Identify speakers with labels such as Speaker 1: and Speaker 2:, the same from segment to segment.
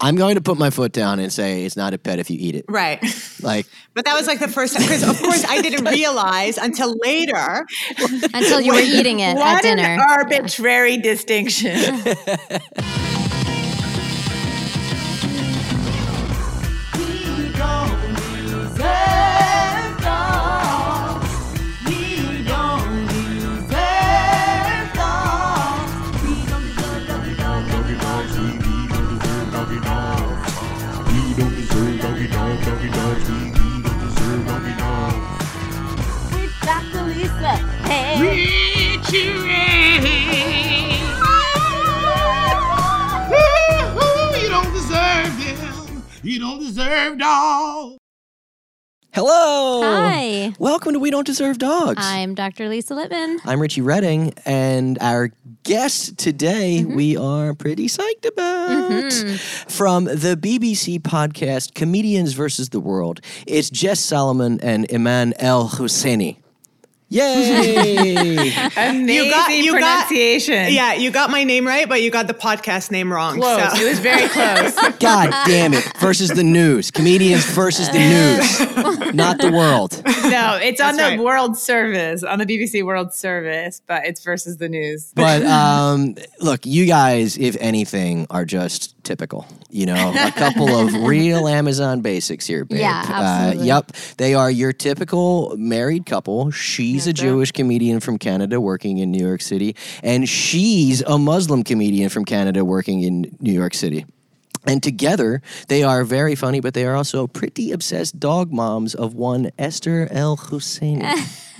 Speaker 1: I'm going to put my foot down and say it's not a pet if you eat it.
Speaker 2: Right.
Speaker 1: Like
Speaker 2: But that was like the first time because of course I didn't realize until later
Speaker 3: until you were eating it
Speaker 4: what
Speaker 3: at dinner.
Speaker 4: an arbitrary distinction.
Speaker 5: You don't deserve them. You don't deserve dogs.
Speaker 1: Hello.
Speaker 3: Hi.
Speaker 1: Welcome to We Don't Deserve Dogs.
Speaker 3: I'm Dr. Lisa Littman.
Speaker 1: I'm Richie Redding, and our guest today we are pretty psyched about from the BBC podcast Comedians versus the World. It's Jess Solomon and Iman El Husseini. Yay!
Speaker 4: Amazing
Speaker 2: You got- you got-
Speaker 4: pronunciation.
Speaker 2: Yeah, you got my name right, but you got the podcast name wrong.
Speaker 4: Close. It
Speaker 2: So
Speaker 4: was very close.
Speaker 1: God damn it! Versus the news, comedians versus the news, not the world.
Speaker 4: No, it's on the
Speaker 2: That's right.
Speaker 4: World Service, on the BBC World Service, but it's versus the news.
Speaker 1: But um, look, you guys, if anything, are just typical. You know, a couple of real Amazon basics here, babe.
Speaker 3: Yeah, absolutely.
Speaker 1: Uh, yep, they are your typical married couple. She's a Jewish comedian from Canada working in New York City, and she's a Muslim comedian from Canada working in New York City. And together, they are very funny, but they are also pretty obsessed dog moms of one Esther El Husseini.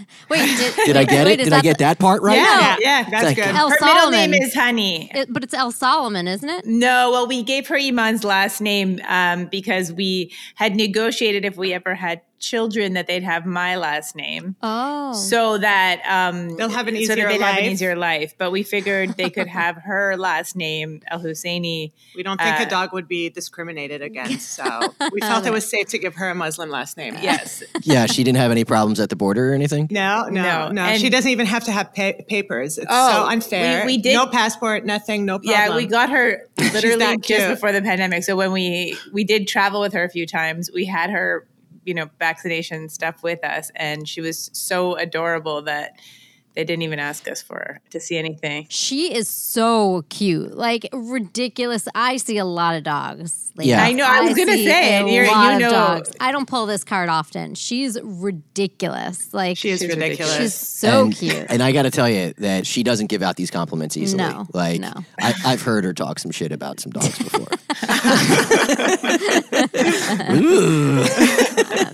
Speaker 3: Wait, did,
Speaker 1: Did I get
Speaker 3: wait,
Speaker 1: it?
Speaker 3: is
Speaker 1: Did I
Speaker 3: that
Speaker 1: get that part right?
Speaker 2: yeah,
Speaker 4: Yeah.
Speaker 2: yeah, that's
Speaker 1: Thank
Speaker 2: good.
Speaker 1: you.
Speaker 3: El
Speaker 4: Her middle
Speaker 3: Oh, Solomon.
Speaker 4: name is Honey.
Speaker 3: it- but it's El Solomon, isn't it?
Speaker 4: No, well, we gave her Iman's last name um, because we had negotiated if we ever had children that they'd have my last name.
Speaker 3: Oh.
Speaker 4: So that um,
Speaker 2: They'll have an
Speaker 4: so that
Speaker 2: easier
Speaker 4: they'd have an
Speaker 2: life.
Speaker 4: easier life. But we figured they could have her last name El Husseini.
Speaker 2: We don't think
Speaker 4: Uh,
Speaker 2: a dog would be discriminated against, so we felt it was safe to give her a Muslim last name.
Speaker 4: Yes,
Speaker 1: yeah, she didn't have any problems at the border or anything.
Speaker 2: No, no,
Speaker 4: No,
Speaker 2: no.
Speaker 4: and-
Speaker 2: she doesn't even have to have pa- papers. It's
Speaker 4: Oh,
Speaker 2: so unfair.
Speaker 4: we- we did-
Speaker 2: no passport, nothing, no problem.
Speaker 4: yeah, we got her literally
Speaker 2: that
Speaker 4: just
Speaker 2: cute.
Speaker 4: before the pandemic. So when we we did travel with her a few times, we had her, you know, vaccination stuff with us, and she was so adorable that they didn't even ask us for to see anything.
Speaker 3: She is so cute, like ridiculous. I see a lot of dogs. Like,
Speaker 1: Yeah. I
Speaker 4: know, I was gonna
Speaker 3: see
Speaker 4: say,
Speaker 3: a
Speaker 4: and you're-
Speaker 3: lot
Speaker 4: you
Speaker 3: of
Speaker 4: know-
Speaker 3: dogs. I don't pull this card often. She's ridiculous. Like
Speaker 2: she is
Speaker 4: She's
Speaker 2: ridiculous.
Speaker 3: She's so
Speaker 1: and,
Speaker 3: cute.
Speaker 1: And I got to tell you that she doesn't give out these compliments easily.
Speaker 3: No,
Speaker 1: like
Speaker 3: no.
Speaker 1: I, I've heard her talk some shit about some dogs before. Ooh.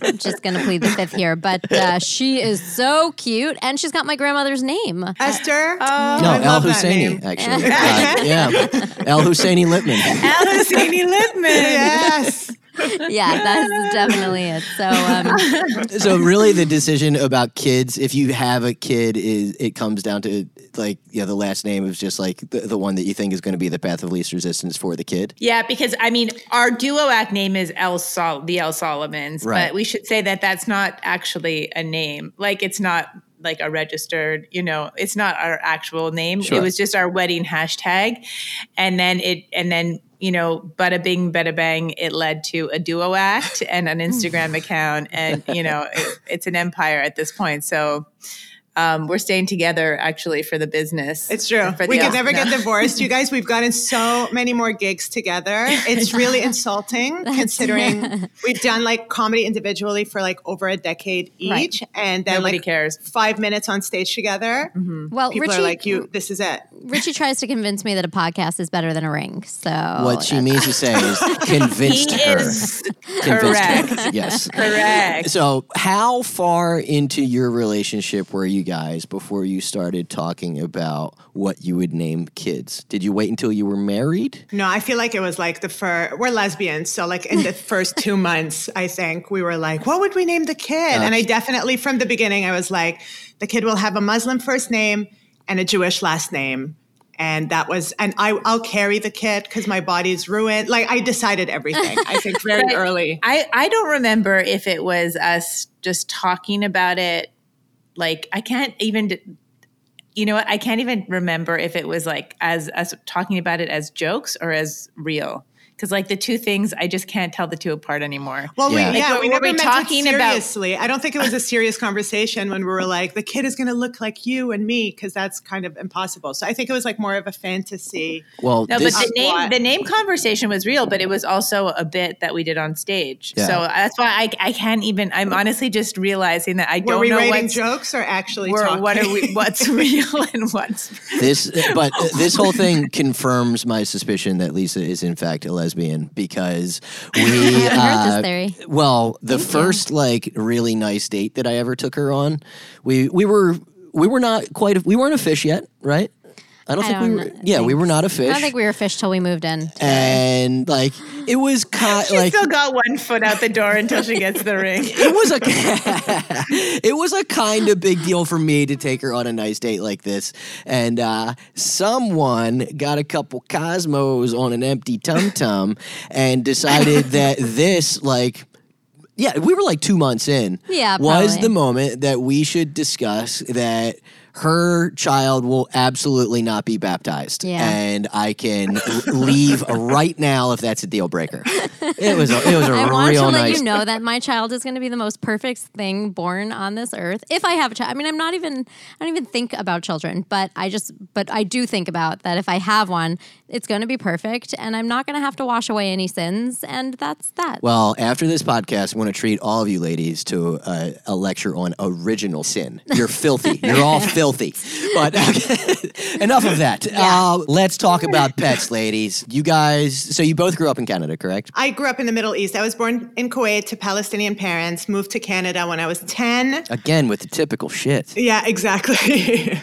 Speaker 3: I'm just gonna plead the fifth here, but uh, she is so cute, and she's got my grandmother's name.
Speaker 4: uh,
Speaker 2: Esther. Oh,
Speaker 1: No,
Speaker 2: I
Speaker 1: El
Speaker 2: love that
Speaker 1: Husseini
Speaker 2: name.
Speaker 1: actually. Uh, yeah, El Husseini Lippman.
Speaker 4: El Husseini Lipman.
Speaker 2: Yes.
Speaker 3: Yeah, that's definitely it. So um,
Speaker 1: So really, the decision about kids, if you have a kid, is it comes down to like yeah, the last name is just like the, the one that you think is going to be the path of least resistance for the kid.
Speaker 4: Yeah, because I mean, our duo act name is El Sol, the El Solomons,
Speaker 1: Right.
Speaker 4: but we should say that that's not actually a name. Like, it's not like a registered, you know, it's not our actual name.
Speaker 1: Sure.
Speaker 4: It was just our wedding hashtag, and then it, and then you know, bada bing, bada bang, it led to a duo act and an Instagram account, and you know, it, it's an empire at this point. So. Um, we're staying together actually for the business.
Speaker 2: It's true.
Speaker 4: For the
Speaker 2: We could
Speaker 4: act
Speaker 2: never
Speaker 4: now.
Speaker 2: get divorced. You guys, we've gotten so many more gigs together. It's really insulting considering we've done like comedy individually for like over a decade
Speaker 3: Right.
Speaker 2: each. And then
Speaker 4: Nobody
Speaker 2: like
Speaker 4: cares.
Speaker 2: five minutes on stage together.
Speaker 3: well,
Speaker 2: People
Speaker 3: Mm-hmm. Richie,
Speaker 2: are like, you, this is it.
Speaker 3: Richie tries to convince me that a podcast is better than a ring. So
Speaker 1: What she means to say is convinced
Speaker 4: Oh, He
Speaker 1: her.
Speaker 4: is
Speaker 1: Convinced her.
Speaker 4: correct.
Speaker 1: Yes.
Speaker 4: Correct.
Speaker 1: So, how far into your relationship were you guys before you started talking about what you would name kids? Did you wait until you were married?
Speaker 2: No, I feel like it was like the fur. We're lesbians, so like in the first two months, I think we were like, "What would we name the kid?" And I definitely, from the beginning, I was like, "The kid will have a Muslim first name and a Jewish last name," and that was. And I, I'll carry the kid because my body's ruined. Like I decided everything. I think very
Speaker 4: But
Speaker 2: early.
Speaker 4: I, I don't remember if it was us just talking about it. Like, I can't even, d- you know what? I can't even remember if it was like as us talking about it as jokes or as real. because like the two things I just can't tell the two apart anymore.
Speaker 2: Well,
Speaker 1: Yeah.
Speaker 2: we, yeah,
Speaker 4: Like,
Speaker 2: we never
Speaker 4: what were we
Speaker 2: meant
Speaker 4: talking
Speaker 2: it
Speaker 4: about?
Speaker 2: seriously. I don't think it was a serious conversation when we were like, the kid is going to look like you and me because that's kind of impossible. So I think it was like more of a fantasy.
Speaker 1: Well,
Speaker 4: No,
Speaker 1: this,
Speaker 4: but the name
Speaker 2: Squat.
Speaker 4: the name conversation was real, but it was also a bit that we did on stage.
Speaker 1: Yeah.
Speaker 4: So that's why I I can't even. I'm honestly just realizing that I
Speaker 2: Were
Speaker 4: don't
Speaker 2: we
Speaker 4: know
Speaker 2: writing
Speaker 4: what's
Speaker 2: jokes or actually
Speaker 4: we're-
Speaker 2: talking?
Speaker 4: what are we what's real and what's
Speaker 1: this but this whole thing confirms my suspicion that Lisa is in fact a lesbian because we
Speaker 3: I haven't heard this
Speaker 1: uh,
Speaker 3: theory.
Speaker 1: well the first like really nice date that I ever took her on we we were we were not quite we weren't a fish yet right I don't
Speaker 3: I
Speaker 1: think we
Speaker 3: don't
Speaker 1: were
Speaker 3: know.
Speaker 1: yeah we were not a
Speaker 3: I
Speaker 1: fish
Speaker 3: don't think we were fish till we moved in.
Speaker 1: and like it was kind
Speaker 4: She
Speaker 1: like
Speaker 4: still got one foot out the door until she gets the ring.
Speaker 1: it was a it was a kind of big deal for me to take her on a nice date like this and uh, someone got a couple cosmos on an empty tum tum and decided that this like yeah we were like two months in
Speaker 3: Yeah,
Speaker 1: was
Speaker 3: probably.
Speaker 1: the moment that we should discuss that her child will absolutely not be baptized
Speaker 3: Yeah.
Speaker 1: and i can leave right now if that's a deal breaker it was a, it was a
Speaker 3: I want
Speaker 1: real
Speaker 3: to let
Speaker 1: nice
Speaker 3: you know that my child is going to be the most perfect thing born on this earth. If I have a child, I mean, I'm not even, I don't even think about children, but I just, but I do think about that. If I have one, it's going to be perfect, and I'm not going to have to wash away any sins, and that's that.
Speaker 1: Well, after this podcast, I want to treat all of you ladies to uh, a lecture on original sin. You're filthy. You're all filthy. But enough of that. Uh, let's talk about pets, ladies. You guys, so you both grew up in Canada, correct?
Speaker 2: I grew up in the Middle East. I was born in Kuwait to Palestinian parents, moved to Canada when I was 10.
Speaker 1: Again, with the typical shit.
Speaker 2: Yeah, exactly.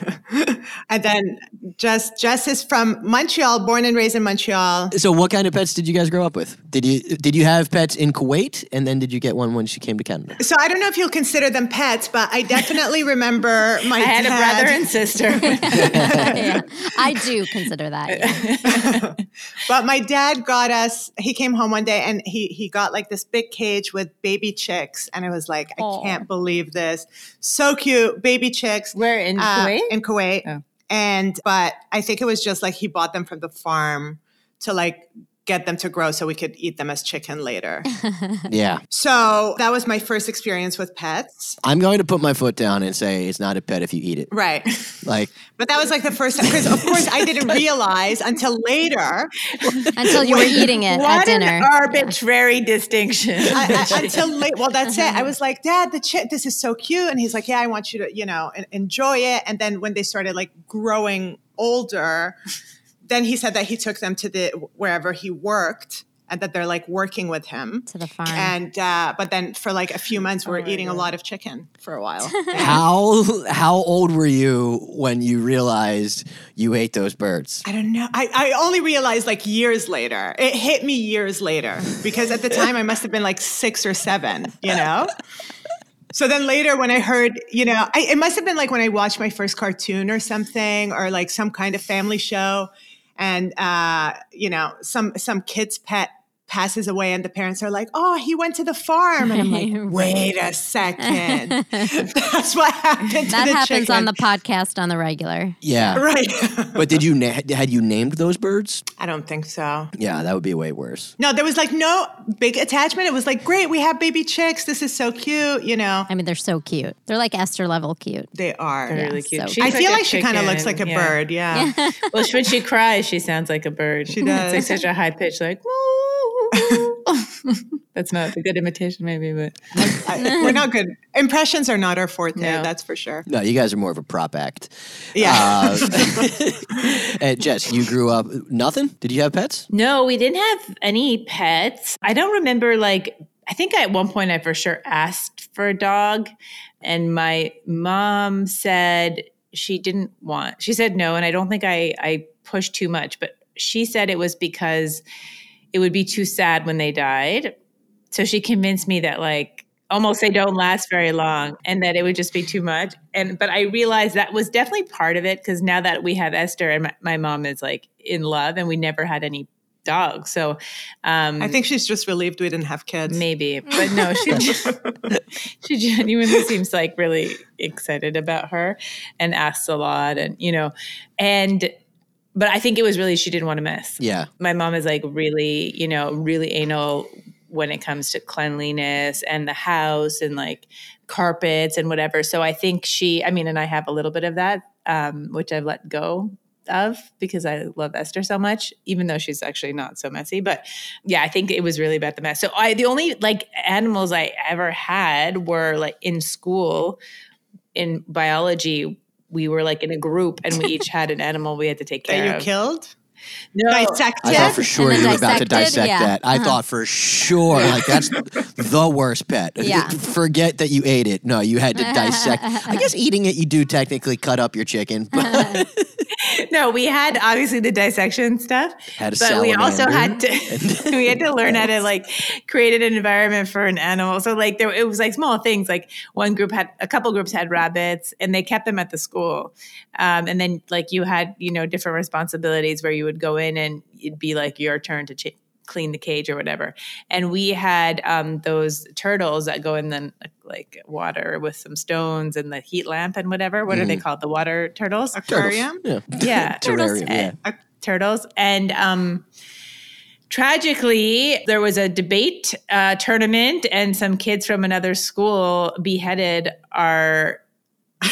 Speaker 2: and then Jess, Jess is from Montreal, born and raised in Montreal.
Speaker 1: So, what kind of pets did you guys grow up with? Did you did you have pets in Kuwait, and then did you get one when she came to Canada?
Speaker 2: So I don't know if you'll consider them pets, but I definitely remember my
Speaker 4: I had a
Speaker 2: dad-
Speaker 4: brother and sister.
Speaker 3: Yeah. I do consider that. yeah.
Speaker 2: But my dad got us. He came home one day and he he got like this big cage with baby chicks, and I was like,
Speaker 3: Aw.
Speaker 2: I can't believe this. So cute, baby chicks.
Speaker 4: Where in
Speaker 2: uh,
Speaker 4: Kuwait?
Speaker 2: In Kuwait.
Speaker 4: Oh.
Speaker 2: And but I think it was just like he bought them from the farm to like get them to grow so we could eat them as chicken later.
Speaker 1: Yeah,
Speaker 2: so that was my first experience with pets.
Speaker 1: I'm going to put my foot down and say it's not a pet if you eat it.
Speaker 2: Right.
Speaker 1: Like
Speaker 2: But that was like the first time because of course I didn't realize until later
Speaker 3: Until you were eating it at
Speaker 4: what an
Speaker 3: dinner.
Speaker 4: arbitrary distinction.
Speaker 2: I, I, until late. Well, that's it. I
Speaker 3: Uh-huh.
Speaker 2: was like, Dad, the chip, this is so cute, and he's like, Yeah, I want you to, you know, en- enjoy it. And then when they started like growing older, then he said that he took them to the wherever he worked, and that they're like working with him.
Speaker 3: to the farm.
Speaker 2: And uh, but then for like a few months, we we're eating a lot of chicken for a while.
Speaker 1: How how old were you when you realized you ate those birds?
Speaker 2: I don't know. I, I only realized like years later. It hit me years later because at the time I must have been like six or seven, you know? So then later when I heard, you know, I, it must have been like when I watched my first cartoon or something or like some kind of family show and, uh, you know, some, some kid's pet passes away and the parents are like, oh, he went to the farm. And I'm like, wait a second. That's what happened to
Speaker 3: that
Speaker 2: the
Speaker 3: happens
Speaker 2: chicken.
Speaker 3: on the podcast on the regular.
Speaker 1: Yeah.
Speaker 2: Right.
Speaker 1: But did you na- had you named those birds?
Speaker 2: I don't think so.
Speaker 1: Yeah, that would be way worse.
Speaker 2: No, there was like no big attachment. It was like, great, we have baby chicks. This is so cute. You know,
Speaker 3: I mean, they're so cute. They're like Esther level cute.
Speaker 2: they are.
Speaker 3: Yeah.
Speaker 4: really cute.
Speaker 3: so-
Speaker 4: She's
Speaker 2: I feel
Speaker 4: a
Speaker 2: like she kind of looks like
Speaker 4: chicken,
Speaker 2: a
Speaker 4: yeah.
Speaker 2: bird. Yeah.
Speaker 4: Well, she- when she cries, she sounds like a bird. She
Speaker 2: does.
Speaker 4: It's like such a high pitch, like. "Moo, moo." That's not a good imitation, maybe, but
Speaker 2: I- we're not good. Impressions are not our forte.
Speaker 4: No.
Speaker 2: That's for sure.
Speaker 1: No, you guys are more of a prop act.
Speaker 2: Yeah.
Speaker 1: Uh, and Jess, you grew up nothing? Did you have pets?
Speaker 4: no, we didn't have any pets. I don't remember. Like, I think at one point I for sure asked for a dog, and my mom said she didn't want. She said no, and I don't think I I pushed too much, but she said it was because it would be too sad when they died. So she convinced me that like almost they don't last very long and that it would just be too much. And but I realized that was definitely part of it because now that we have Esther and my, my mom is like in love and we never had any dogs. So um
Speaker 2: I think she's just relieved we didn't have kids.
Speaker 4: maybe. But no, she gen- she genuinely seems like really excited about her and asks a lot and you know and but I think it was really she didn't want to miss.
Speaker 1: Yeah.
Speaker 4: My mom is like really, you know, really anal when it comes to cleanliness and the house and like carpets and whatever. So I think she, I mean, and I have a little bit of that, um, which I've let go of because I love Esther so much, even though she's actually not so messy. But yeah, I think it was really about the mess. So I, the only like animals I ever had were like in school in biology. We were like in a group and we each had an animal we had to take care
Speaker 2: that you
Speaker 4: of.
Speaker 2: killed,
Speaker 4: No,
Speaker 1: I
Speaker 2: dissected.
Speaker 1: thought for sure
Speaker 3: then
Speaker 1: you were about to
Speaker 3: dissected,
Speaker 1: dissect
Speaker 3: yeah.
Speaker 1: that. I
Speaker 3: Uh-huh.
Speaker 1: thought for sure, like that's the worst pet.
Speaker 3: Yeah.
Speaker 1: Forget that you ate it. No, you had to dissect. I guess eating it, you do technically cut up your chicken, but
Speaker 4: no, we had obviously the dissection stuff,
Speaker 1: Had a
Speaker 4: but we also had
Speaker 1: salamander.
Speaker 4: to we had to learn how to like create an environment for an animal. So like there, it was like small things. Like one group had a couple groups had rabbits, and they kept them at the school. Um, and then like you had you know different responsibilities where you would go in and it'd be like your turn to ch- clean the cage or whatever. And we had um, those turtles that go in the like water with some stones and the heat lamp and whatever. What are they called? The water turtles
Speaker 2: aquarium.
Speaker 1: yeah.
Speaker 4: yeah
Speaker 1: Turtles.
Speaker 3: eh,
Speaker 1: Terrarium, yeah.
Speaker 4: uh, turtles and um tragically there was a debate uh, tournament and some kids from another school beheaded our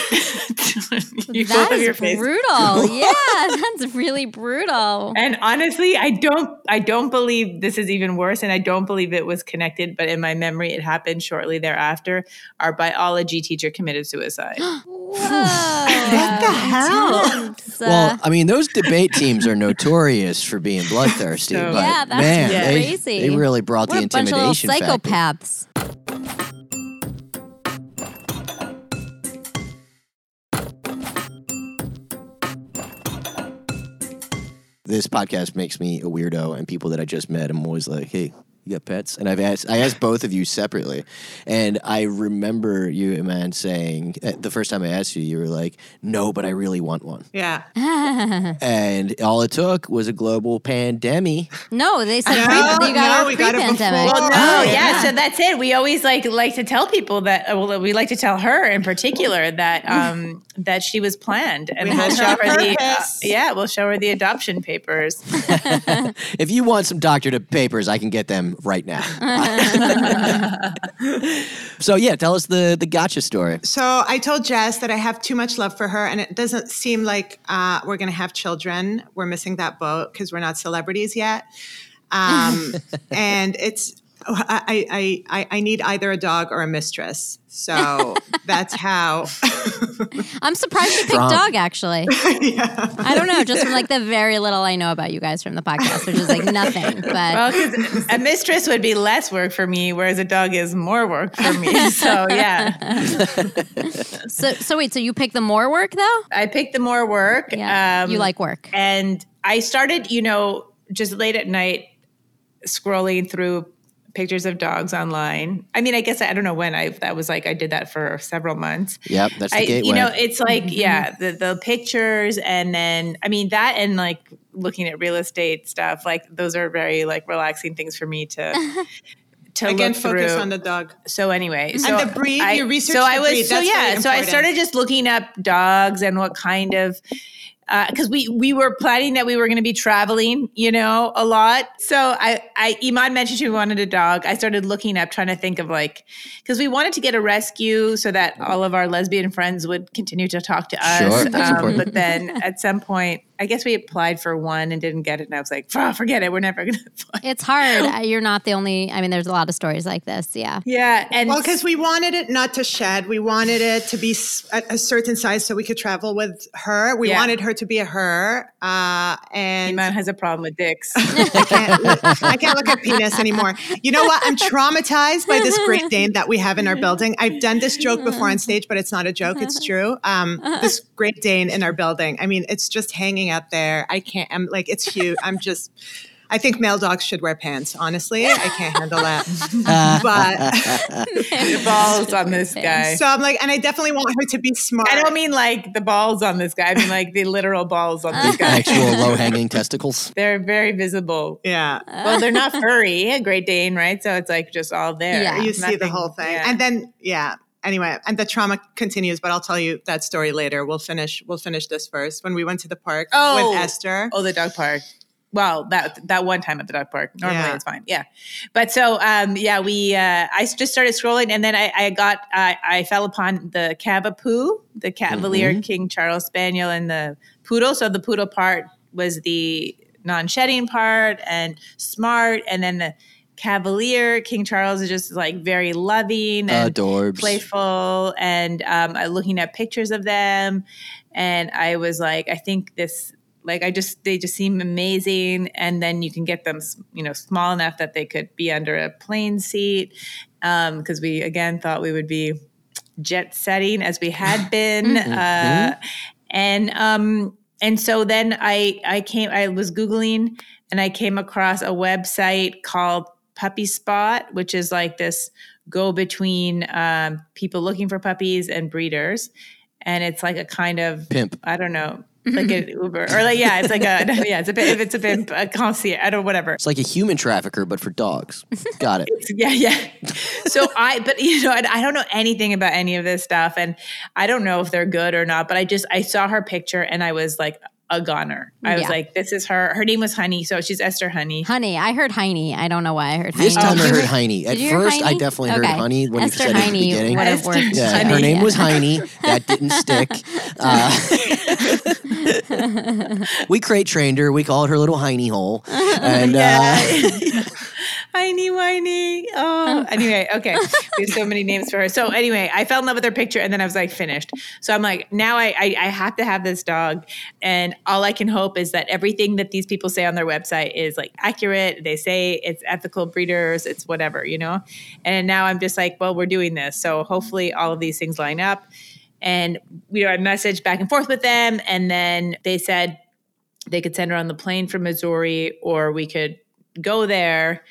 Speaker 4: you
Speaker 3: That
Speaker 4: love your
Speaker 3: is
Speaker 4: face.
Speaker 3: brutal. yeah, that's really brutal.
Speaker 4: and honestly i don't i don't believe this is even worse and i don't believe it was connected but in my memory it happened shortly thereafter our biology teacher committed suicide
Speaker 3: Whoa.
Speaker 2: What the hell?
Speaker 3: Intense.
Speaker 1: Well, I mean, those debate teams are notorious for being bloodthirsty,
Speaker 4: So-
Speaker 1: but
Speaker 3: Yeah, that's
Speaker 1: man,
Speaker 4: Yeah.
Speaker 1: they,
Speaker 3: crazy.
Speaker 1: they really brought
Speaker 3: what
Speaker 1: the
Speaker 3: a bunch of little
Speaker 1: intimidation factor.
Speaker 3: psychopaths.
Speaker 1: This podcast makes me a weirdo, and people that I just met, I'm always like, hey. You got pets, and I've asked. I asked both of you separately, and I remember you, man, saying uh, the first time I asked you, you were like, "No, but I really want one."
Speaker 2: Yeah.
Speaker 1: And all it took was a global pandemic.
Speaker 3: no, they said
Speaker 2: No,
Speaker 3: pre- you got
Speaker 2: no,
Speaker 3: our
Speaker 2: we got it
Speaker 3: pre-pandemic.
Speaker 2: before.
Speaker 4: Well,
Speaker 2: Oh,
Speaker 4: no, yeah.
Speaker 3: yeah.
Speaker 4: So that's it. We always like like to tell people that. uh, Well, we like to tell her in particular that um that she was planned, and
Speaker 2: We
Speaker 4: we'll
Speaker 2: had
Speaker 4: show
Speaker 2: her
Speaker 4: her the uh,
Speaker 2: purpose.
Speaker 4: yeah, we'll show her the adoption papers.
Speaker 1: If you want some doctored papers, I can get them right now. so yeah, tell us the the gotcha story.
Speaker 2: So I told Jess that I have too much love for her, and it doesn't seem like uh, we're going to have children. We're missing that boat because we're not celebrities yet. Um, and it's oh, I, I I I need either a dog or a mistress. So that's how.
Speaker 3: I'm surprised you picked
Speaker 1: Strong.
Speaker 3: dog. Actually, I don't know. Just from like the very little I know about you guys from the podcast, which is like nothing. But
Speaker 4: Well, 'cause a mistress would be less work for me, whereas a dog is more work for me. So yeah,
Speaker 3: so so wait, so you pick the more work though?
Speaker 4: I picked the more work. um,
Speaker 3: Yeah, you like work.
Speaker 4: And I started, you know, just late at night scrolling through pictures of dogs online. I mean, I guess I don't know when I that was like I did that for several months.
Speaker 1: Yep, that's the
Speaker 4: I,
Speaker 1: gateway.
Speaker 4: you know, it's like
Speaker 2: Mm-hmm.
Speaker 4: yeah, the the pictures and then I mean that and like looking at real estate stuff, like those are very like relaxing things for me to to
Speaker 2: Again,
Speaker 4: look
Speaker 2: focus
Speaker 4: through
Speaker 2: on the dog.
Speaker 4: so anyway, so
Speaker 2: the breed,
Speaker 4: I,
Speaker 2: you research
Speaker 4: So
Speaker 2: the
Speaker 4: I was
Speaker 2: breed,
Speaker 4: so
Speaker 2: that's
Speaker 4: yeah.
Speaker 2: really
Speaker 4: so I
Speaker 2: important.
Speaker 4: started just looking up dogs and what kind of because we we were planning that we were going to be traveling, you know, a lot. So I I Iman mentioned she wanted a dog. I started looking up, trying to think of like because we wanted to get a rescue so that all of our lesbian friends would continue to talk to us. Um,
Speaker 1: Sure, that's important.
Speaker 4: but then at some point, I guess we applied for one and didn't get it, and I was like, "Ah, forget it, we're never going to. apply.
Speaker 3: It's hard. Uh, You're not the only. I mean, there's a lot of stories like this. Yeah.
Speaker 4: Yeah, and
Speaker 2: Well, because we wanted it not to shed. We wanted it to be s- at a certain size so we could travel with her. We
Speaker 4: Yeah.
Speaker 2: wanted her to be a her. Uh, and
Speaker 4: Iman has a problem with dicks.
Speaker 2: I can't, look, I can't look at penis anymore. You know what? I'm traumatized by this Great Dane that we have in our building. I've done this joke before on stage, but it's not a joke. It's true. Um, this Great Dane in our building. I mean, it's just hanging out there. I can't. I'm like, it's huge. I'm just. I think male dogs should wear pants. Honestly, I can't handle that. But
Speaker 4: the balls on this guy.
Speaker 2: so I'm like, and I definitely want her to be smart.
Speaker 4: I don't mean like the balls on this guy. I mean like the literal balls on this guy.
Speaker 1: Actual low hanging testicles.
Speaker 4: They're very visible.
Speaker 2: Yeah.
Speaker 4: Well, they're not furry. A Great Dane, right? So it's like just all there.
Speaker 3: Yeah.
Speaker 2: you see the
Speaker 4: Nothing-
Speaker 2: whole thing.
Speaker 4: yeah.
Speaker 2: And then, yeah. anyway, and the trauma continues, but I'll tell you that story later. We'll finish we'll finish this first. When we went to the park
Speaker 4: Oh.
Speaker 2: with Esther.
Speaker 4: Oh, the dog park. Well, that that one time at the dog park. Normally
Speaker 2: Yeah.
Speaker 4: it's fine. Yeah, but so um, yeah, we uh, I s- just started scrolling, and then I, I got I, I fell upon the Cavapoo, the Cavalier King Charles Spaniel, and the poodle. So the poodle part was the non-shedding part, and smart, and then the Cavalier King Charles is just like very loving and
Speaker 1: uh, Adorbs.
Speaker 4: playful and um, I- looking at pictures of them and i was like i think this like i just they just seem amazing and then you can get them s- you know small enough that they could be under a plane seat because we again thought we would be jet setting as we had been uh, and um and so then i i came i was googling and i came across a website called puppy spot which is like this go between um, people looking for puppies and breeders and it's like a kind of
Speaker 1: Pimp.
Speaker 4: i don't know like an uber or like yeah it's like a yeah it's a bit if it's a pimp a concierge i don't whatever
Speaker 1: It's like a human trafficker, but for dogs. Got it.
Speaker 4: yeah, yeah. So I, but you know, and I don't know anything about any of this stuff, and I don't know if they're good or not. But I just I saw her picture, and I was like a goner. I was
Speaker 3: Yeah.
Speaker 4: like, this is her. Her name was Honey, so she's Esther Honey.
Speaker 3: Honey, I heard Heiny. I don't know why I heard
Speaker 1: This
Speaker 3: Heiny.
Speaker 1: time I
Speaker 4: you
Speaker 1: heard
Speaker 4: heard-
Speaker 1: Heiny. At
Speaker 3: Did you hear
Speaker 1: first, I
Speaker 3: Heiny?
Speaker 1: definitely heard
Speaker 3: Okay.
Speaker 1: Honey when
Speaker 3: Esther
Speaker 1: you said it at the
Speaker 3: Heiny
Speaker 1: beginning.
Speaker 3: would have worked.
Speaker 1: Yeah,
Speaker 3: better.
Speaker 1: her name was
Speaker 3: Yeah.
Speaker 1: Heiny. That didn't stick. Uh, we crate trained her. We called her little Heiny hole. And uh,
Speaker 4: Heiny whiny. Oh, anyway, okay. We have so many names for her. So anyway, I fell in love with her picture, and then I was like finished. So I'm like, now I, I I have to have this dog, and all I can hope is that everything that these people say on their website is like accurate. They say it's ethical breeders, it's whatever, you know. And now I'm just like, well, we're doing this, so hopefully all of these things line up. And you know, I messaged back and forth with them, and then they said they could send her on the plane from Missouri, or we could go there.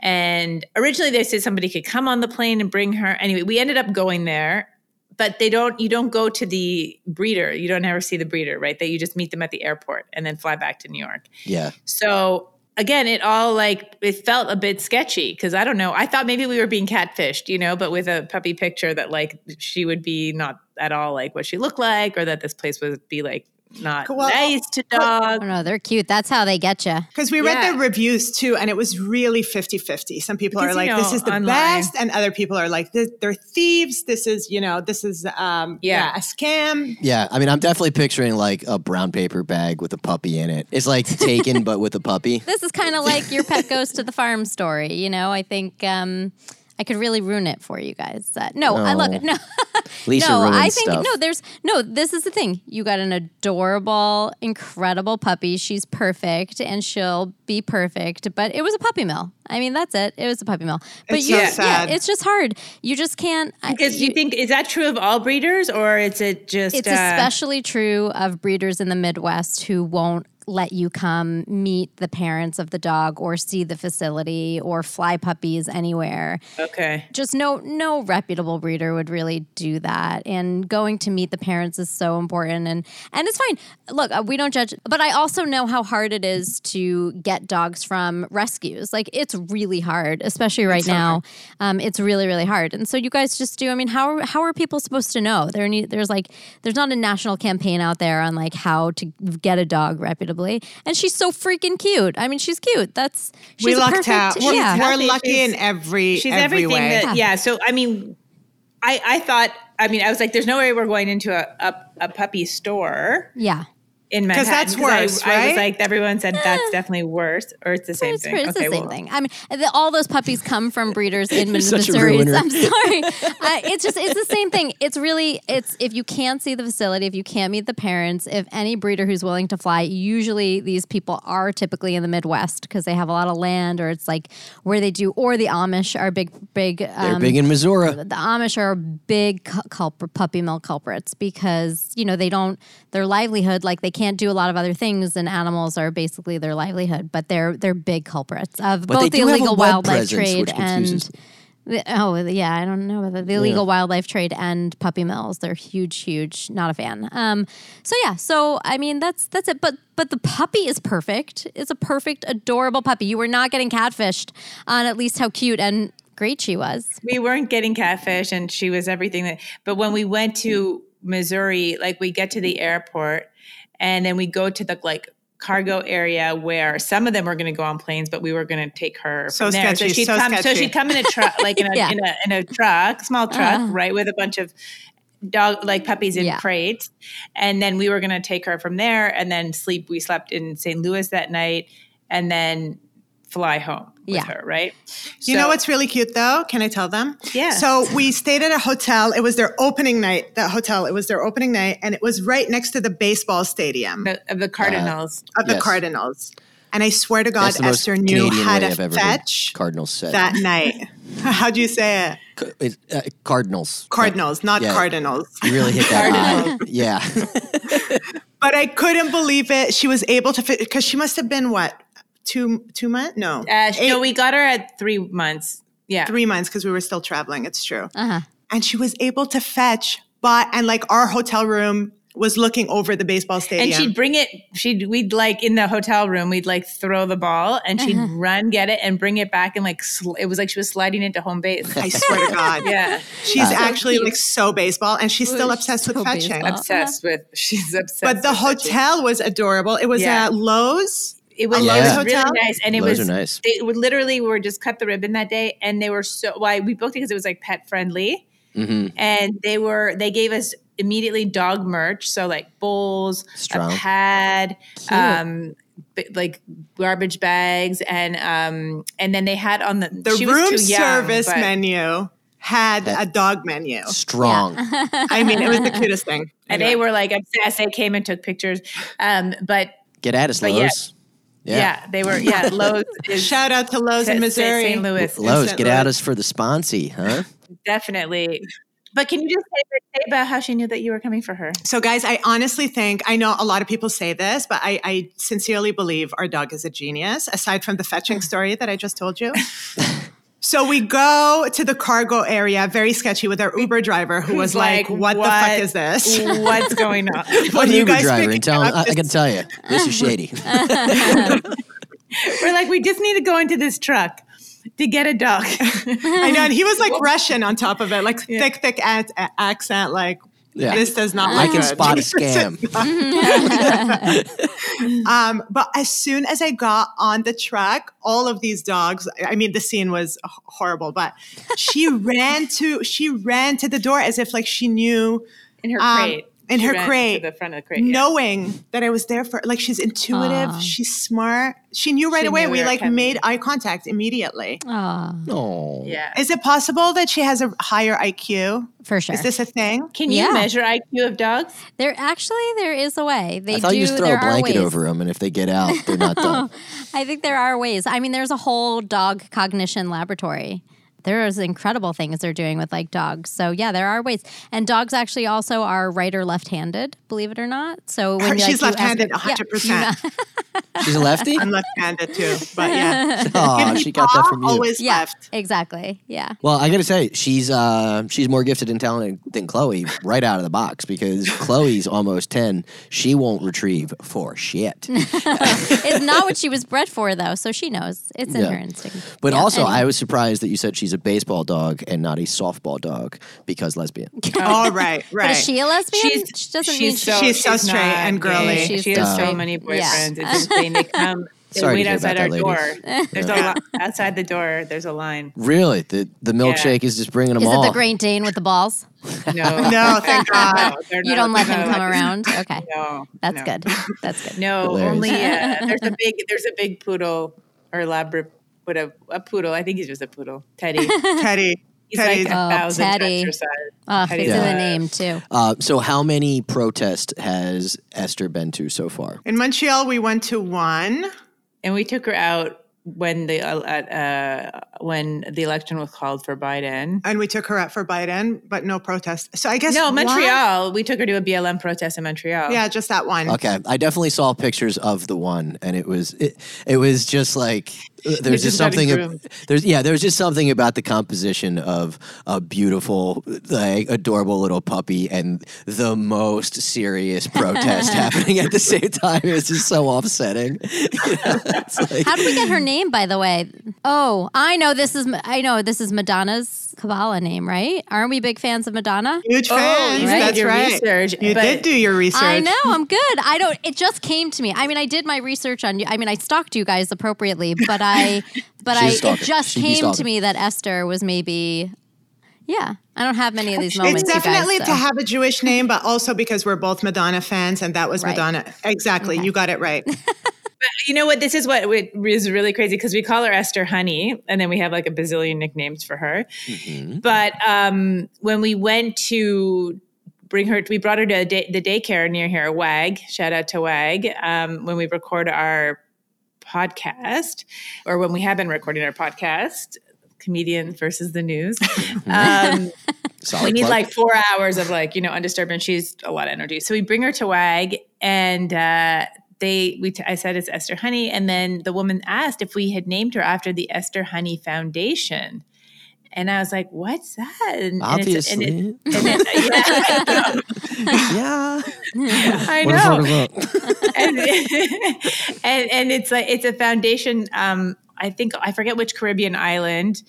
Speaker 4: And originally they said somebody could come on the plane and bring her. Anyway, we ended up going there, but they don't you don't go to the breeder. You don't ever see the breeder, right? That you just meet them at the airport and then fly back to New York.
Speaker 1: yeah,
Speaker 4: So again, it all like it felt a bit sketchy because I don't know. I thought maybe we were being catfished, you know, but with a puppy picture that like she would be not at all like what she looked like, or that this place would be like not
Speaker 2: Well-
Speaker 4: nice to
Speaker 3: I
Speaker 4: dogs.
Speaker 3: don't know. They're cute. That's how they get you.
Speaker 2: Because we read
Speaker 4: Yeah.
Speaker 2: the reviews too, and it was really 50 50. Some people
Speaker 4: Because,
Speaker 2: are
Speaker 4: you
Speaker 2: like, this
Speaker 4: know,
Speaker 2: is the
Speaker 4: online-
Speaker 2: best. And other people are like, "This- they're thieves. This is, you know, this is um,
Speaker 4: Yeah.
Speaker 2: yeah. a scam.
Speaker 1: yeah. I mean, I'm definitely picturing like a brown paper bag with a puppy in it. It's like taken, but with a puppy.
Speaker 3: This is kind of like your pet goes to the farm story. You know, I think um, I could really ruin it for you guys. Uh, no, I love it. No.
Speaker 1: Lisa
Speaker 3: no,
Speaker 1: ruins
Speaker 3: I think
Speaker 1: stuff.
Speaker 3: no. There's no. This is the thing. You got an adorable, incredible puppy. She's perfect, and she'll be perfect. But it was a puppy mill. I mean, that's it. It was a puppy mill. But
Speaker 2: It's
Speaker 3: you,
Speaker 2: so
Speaker 3: yeah,
Speaker 2: sad.
Speaker 3: it's just hard. You just can't. I-
Speaker 4: Because you think is that true of all breeders, or is it just
Speaker 3: it's
Speaker 4: uh,
Speaker 3: especially true of breeders in the Midwest who won't let you come meet the parents of the dog or see the facility or fly puppies anywhere.
Speaker 4: okay?
Speaker 3: just no no reputable breeder would really do that and going to meet the parents is so important and and it's fine look uh, we don't judge but i also know how hard it is to get dogs from rescues like it's really hard especially right now um, it's really really hard and so you guys just do i mean how how are people supposed to know there need, there's like there's not a national campaign out there on like how to get a dog reputably and she's so freaking cute i mean she's cute that's she's
Speaker 2: we
Speaker 3: a
Speaker 2: lucked
Speaker 3: perfect,
Speaker 2: out. We're,
Speaker 3: yeah.
Speaker 2: we're
Speaker 4: She's-
Speaker 2: lucky in every,
Speaker 4: She's
Speaker 2: every
Speaker 4: everything
Speaker 2: way.
Speaker 4: that yeah. So I mean, I I thought I mean I was like, there's no way we're going into a a, a puppy store.
Speaker 3: yeah
Speaker 4: in Manhattan.
Speaker 2: that's
Speaker 4: I-
Speaker 2: worse,
Speaker 4: I, was
Speaker 2: right?
Speaker 4: like, everyone said that's definitely worse, or it's the same
Speaker 3: It's,
Speaker 4: thing.
Speaker 3: pretty- it's
Speaker 4: Okay,
Speaker 3: the same
Speaker 4: well,
Speaker 3: thing. I mean, the, all those puppies come from breeders in
Speaker 1: such a
Speaker 3: Missouri.
Speaker 1: ruiner.
Speaker 3: I'm sorry. I, it's just it's the same thing. It's really it's if you can't see the facility, if you can't meet the parents, if any breeder who's willing to fly, usually these people are typically in the Midwest because they have a lot of land, or it's like where they do, or the Amish are big, big.
Speaker 1: They're
Speaker 3: Um,
Speaker 1: big in Missouri.
Speaker 3: the Amish are big cu- culprit, puppy mill culprits because you know they don't their livelihood like they can't do a lot of other things and animals are basically their livelihood but they're they're big culprits of
Speaker 1: they
Speaker 3: both the
Speaker 1: do have a
Speaker 3: illegal
Speaker 1: web
Speaker 3: wildlife
Speaker 1: presence,
Speaker 3: trade
Speaker 1: which confuses
Speaker 3: and the, oh yeah I don't know about that. the illegal wildlife trade and puppy mills they're huge huge not a fan um so yeah so I mean that's that's it but but the puppy is perfect it's a perfect adorable puppy you were not getting catfished on at least how cute and great she was.
Speaker 4: we weren't getting catfish and she was everything that but when we went to missouri like we get to the airport and then we go to the like cargo area where some of them were going to go on planes but we were going to take her
Speaker 2: So
Speaker 4: from there.
Speaker 2: sketchy,
Speaker 4: so she'd
Speaker 2: so
Speaker 4: come so
Speaker 2: sketchy. Uh-huh.
Speaker 4: she'd come in a truck like in a,
Speaker 3: Yeah.
Speaker 4: in, a, in a truck small truck
Speaker 3: Ah.
Speaker 4: right with a bunch of dog like puppies in
Speaker 3: Yeah.
Speaker 4: crates and then we were going to take her from there and then sleep we slept in st louis that night and then fly home with
Speaker 3: Yeah.
Speaker 4: her right
Speaker 2: You know what's really cute though? Can I tell them?
Speaker 4: Yeah.
Speaker 2: So we stayed at a hotel. It was their opening night, that hotel. It was their opening night, and it was right next to the baseball stadium
Speaker 4: the, of the cardinals
Speaker 2: of the
Speaker 1: Yes.
Speaker 2: Cardinals. And I swear to God,
Speaker 1: That's the most
Speaker 2: Esther knew
Speaker 1: Canadian
Speaker 2: how
Speaker 1: way
Speaker 2: to
Speaker 1: I've ever
Speaker 2: fetch
Speaker 1: heard Cardinals said.
Speaker 2: that night. How'd you say it?
Speaker 1: C- it's, uh, Cardinals.
Speaker 2: Cardinals, not
Speaker 1: Yeah.
Speaker 2: Cardinals.
Speaker 1: You really hit that high. Yeah.
Speaker 2: But I couldn't believe it. She was able to fit because she must have been what two two months? No,
Speaker 4: Uh, sh- no,
Speaker 2: Eight-
Speaker 4: we got her at three months. Yeah.
Speaker 2: three months because we were still traveling. It's true.
Speaker 3: Uh-huh.
Speaker 2: and she was able to fetch but and like our hotel room was looking over the baseball
Speaker 4: And
Speaker 2: stadium
Speaker 4: she'd bring it. She'd we'd like in the hotel room. We'd like throw the ball, and she'd
Speaker 2: Uh-huh.
Speaker 4: run get it and bring it back, and like sl- it was like she was sliding into home base.
Speaker 2: i swear to god
Speaker 4: yeah,
Speaker 2: she's actually like so baseball and she's still
Speaker 3: Ooh,
Speaker 2: obsessed
Speaker 3: so
Speaker 2: with fetching
Speaker 3: baseball.
Speaker 4: obsessed with. She's obsessed.
Speaker 2: but the
Speaker 4: with
Speaker 2: hotel was adorable it was
Speaker 4: Yeah.
Speaker 2: at lowes
Speaker 4: it. It was,
Speaker 1: Oh, Yeah.
Speaker 4: it was
Speaker 1: Lowe's
Speaker 2: Hotel?
Speaker 4: really nice, and it
Speaker 1: Lowe's
Speaker 4: was
Speaker 1: are nice.
Speaker 4: They would literally were just cut the ribbon that day, and they were so why we booked it because it was like pet friendly.
Speaker 1: Mhm.
Speaker 4: and they were they gave us immediately dog merch so like bowls
Speaker 1: Strong.
Speaker 4: a pad um b- like garbage bags and um and then they had on the
Speaker 2: the
Speaker 4: she was
Speaker 2: room
Speaker 4: too young,
Speaker 2: service
Speaker 4: but-
Speaker 2: menu had a dog menu
Speaker 1: Strong.
Speaker 2: i mean it was the cutest thing
Speaker 4: and
Speaker 2: Anyway.
Speaker 4: they were like obsessed they came and took pictures um but
Speaker 1: Get at us,
Speaker 4: But
Speaker 1: Lowe's.
Speaker 4: yeah. yeah, they were yeah Lowe's is
Speaker 2: shout out to lowes in
Speaker 4: St.
Speaker 2: missouri
Speaker 4: St. Louis
Speaker 1: Lowe's,
Speaker 2: St.
Speaker 1: get at
Speaker 2: Louis.
Speaker 1: us for the sponsy, huh?
Speaker 4: definitely but can you just say, say about how she knew that you were coming for her
Speaker 2: So, guys, I honestly think I know a lot of people say this, but I, I sincerely believe our dog is a genius, aside from the fetching story that I just told you. so, we go to the cargo area, very sketchy, with our Uber driver who was like, What, the fuck is this?
Speaker 4: what's going on
Speaker 2: What
Speaker 1: I'm
Speaker 2: are
Speaker 1: an
Speaker 2: you
Speaker 1: Uber
Speaker 2: guys
Speaker 1: driver
Speaker 2: picking
Speaker 1: and tell him, I,
Speaker 2: up
Speaker 1: I
Speaker 2: this-
Speaker 1: can tell you, this is shady.
Speaker 4: We're like, we just need to go into this truck to get a dog.
Speaker 2: I know. And he was like Russian on top of it, like thick, thick a- a- accent, like,
Speaker 1: Yeah.
Speaker 2: This does not
Speaker 1: I
Speaker 2: look
Speaker 1: can
Speaker 2: good.
Speaker 1: spot a scam.
Speaker 2: Um, but as soon as I got on the truck, all of these dogs, I mean, the scene was h- horrible, but she ran to, she ran to the door as if like she knew,
Speaker 4: in her
Speaker 2: Um,
Speaker 4: crate.
Speaker 2: in
Speaker 4: She
Speaker 2: her
Speaker 4: ran
Speaker 2: crate.
Speaker 4: To the front of the crate. yeah.
Speaker 2: knowing that I was there for, like she's intuitive,
Speaker 3: Aw.
Speaker 2: she's smart. She knew right
Speaker 4: She
Speaker 2: away.
Speaker 4: knew
Speaker 2: we
Speaker 4: we were
Speaker 2: like
Speaker 4: coming.
Speaker 2: made eye contact immediately.
Speaker 3: Oh,
Speaker 1: No.
Speaker 4: Yeah.
Speaker 2: Is it possible that she has a higher IQ?
Speaker 3: for sure.
Speaker 2: Is this a thing?
Speaker 4: Can you
Speaker 3: Yeah.
Speaker 4: measure IQ of dogs?
Speaker 3: there actually there is a way. They
Speaker 1: I thought
Speaker 3: do
Speaker 1: you just throw
Speaker 3: there
Speaker 1: a
Speaker 3: are
Speaker 1: blanket
Speaker 3: ways.
Speaker 1: over them, and if they get out, they're not done.
Speaker 3: I think there are ways. I mean, there's a whole dog cognition laboratory. There is incredible things they're doing with like dogs. So yeah, there are ways. And dogs actually also are right or left-handed, believe it or not. So when
Speaker 2: Her-
Speaker 3: like,
Speaker 2: she's
Speaker 3: you ask-
Speaker 2: left-handed,
Speaker 3: yeah.
Speaker 2: 100%.
Speaker 1: She's a lefty?
Speaker 2: I'm left-handed too, but yeah.
Speaker 1: Oh,
Speaker 2: Give me
Speaker 1: she got that
Speaker 2: paw,
Speaker 1: from you.
Speaker 2: Always
Speaker 3: Yeah,
Speaker 2: left.
Speaker 3: exactly. Yeah.
Speaker 1: Well, I got to say, she's uh, she's more gifted and talented than Chloe right out of the box because Chloe's almost ten. She won't retrieve for shit.
Speaker 3: it's not what she was bred for though, so she knows. It's in
Speaker 1: Yeah.
Speaker 3: her instinct.
Speaker 1: But
Speaker 3: Yeah,
Speaker 1: also,
Speaker 3: anyway.
Speaker 1: I was surprised that you said she's a baseball dog and not a softball dog because lesbian.
Speaker 2: All right, right.
Speaker 3: But is she a lesbian?
Speaker 4: She's-
Speaker 3: she doesn't
Speaker 4: she's
Speaker 3: mean she-
Speaker 4: so,
Speaker 2: She's so
Speaker 4: she's
Speaker 2: straight
Speaker 4: not
Speaker 2: and girly.
Speaker 4: gay.
Speaker 3: She's
Speaker 4: she
Speaker 1: so
Speaker 4: has so
Speaker 3: straight.
Speaker 4: many
Speaker 3: Yeah.
Speaker 4: boyfriends. It's insane. They come. They
Speaker 1: Sorry to
Speaker 4: wait
Speaker 1: hear
Speaker 4: outside
Speaker 1: about
Speaker 4: our
Speaker 1: that,
Speaker 4: door.
Speaker 1: ladies.
Speaker 4: There's a lot outside the door. There's a line.
Speaker 1: Really, the the milkshake is just bringing them
Speaker 3: is
Speaker 1: all.
Speaker 3: it the Great Dane with the balls?
Speaker 4: No,
Speaker 2: No, thank God.
Speaker 4: they're
Speaker 3: You
Speaker 4: not-
Speaker 3: don't let
Speaker 4: they're
Speaker 3: him
Speaker 4: not
Speaker 3: come
Speaker 4: allowed to-
Speaker 3: around. Okay,
Speaker 4: No,
Speaker 3: that's
Speaker 4: no.
Speaker 3: good. That's good.
Speaker 4: No,
Speaker 1: Hilarious.
Speaker 4: only uh, there's a big there's a big poodle or labrador, what a, a poodle. I think he's just a poodle. Teddy.
Speaker 2: Teddy.
Speaker 4: He's
Speaker 2: Teddy.
Speaker 3: uh,
Speaker 4: like a thousand
Speaker 3: Teddy.
Speaker 4: times your size.
Speaker 3: Ugh,
Speaker 4: Teddy
Speaker 3: it's in
Speaker 4: Bear.
Speaker 3: Ah, the name too.
Speaker 1: uh, so, how many protests has Esther been to so far?
Speaker 2: In Montreal, we went to one.
Speaker 4: And we took her out when the uh, uh, when the election was called for Biden.
Speaker 2: and we took her out for Biden, but no protest. So I guess
Speaker 4: No,
Speaker 2: one-
Speaker 4: Montreal. We took her to a BLM protest in Montreal.
Speaker 2: Yeah, just that one.
Speaker 1: Okay, I definitely saw pictures of the one, and it was it, it was just like uh, there's just
Speaker 4: just not
Speaker 1: something. ab-
Speaker 4: improved.
Speaker 1: There's yeah, there's just something about the composition of a beautiful, like adorable little puppy and the most serious protest happening at the same time. It's just so offsetting. You know, it's like-
Speaker 3: How did we get her name, by the way? Oh, I know this is I know this is Madonna's Kabbalah name, right? Aren't we big fans of Madonna?
Speaker 2: Huge fans.
Speaker 4: you
Speaker 2: That's
Speaker 4: did your
Speaker 2: right.
Speaker 4: research,
Speaker 2: You
Speaker 4: but-
Speaker 2: did do your research.
Speaker 3: I know. I'm good. I don't. It just came to me. I mean, I did my research on you. I mean, I stalked you guys appropriately, but I, but
Speaker 1: She's a
Speaker 3: I, it
Speaker 1: stalker.
Speaker 3: just
Speaker 1: She'd be
Speaker 3: came to
Speaker 1: stalking.
Speaker 3: me that Esther was maybe. Yeah, I don't have many of these moments.
Speaker 2: It's
Speaker 3: you guys,
Speaker 2: definitely
Speaker 3: so.
Speaker 2: to have a Jewish name, but also because we're both Madonna fans, and that was
Speaker 3: Right.
Speaker 2: Madonna. Exactly. You got it right.
Speaker 4: You know what? This is what we- is really crazy because we call her Esther Honey, and then we have like a bazillion nicknames for her. But um, when we went to bring her, we brought her to a day, the daycare near here, WAG. Shout out to WAG. Um, when we record our podcast, or when we have been recording our podcast, comedian versus the news. um,
Speaker 1: Solid
Speaker 4: we need
Speaker 1: plug.
Speaker 4: like four hours of like you know undisturbed and she's a lot of energy so we bring her to wag and uh they we t- i said it's esther honey and then the woman asked if we had named her after the esther honey foundation and i was like what's that and, and it's- and
Speaker 1: obviously.
Speaker 4: it- and it- yeah,
Speaker 1: yeah.
Speaker 4: i
Speaker 1: What if
Speaker 4: know
Speaker 1: it was up?
Speaker 4: and, and and it's like it's a foundation. Um, I think I forget which Caribbean island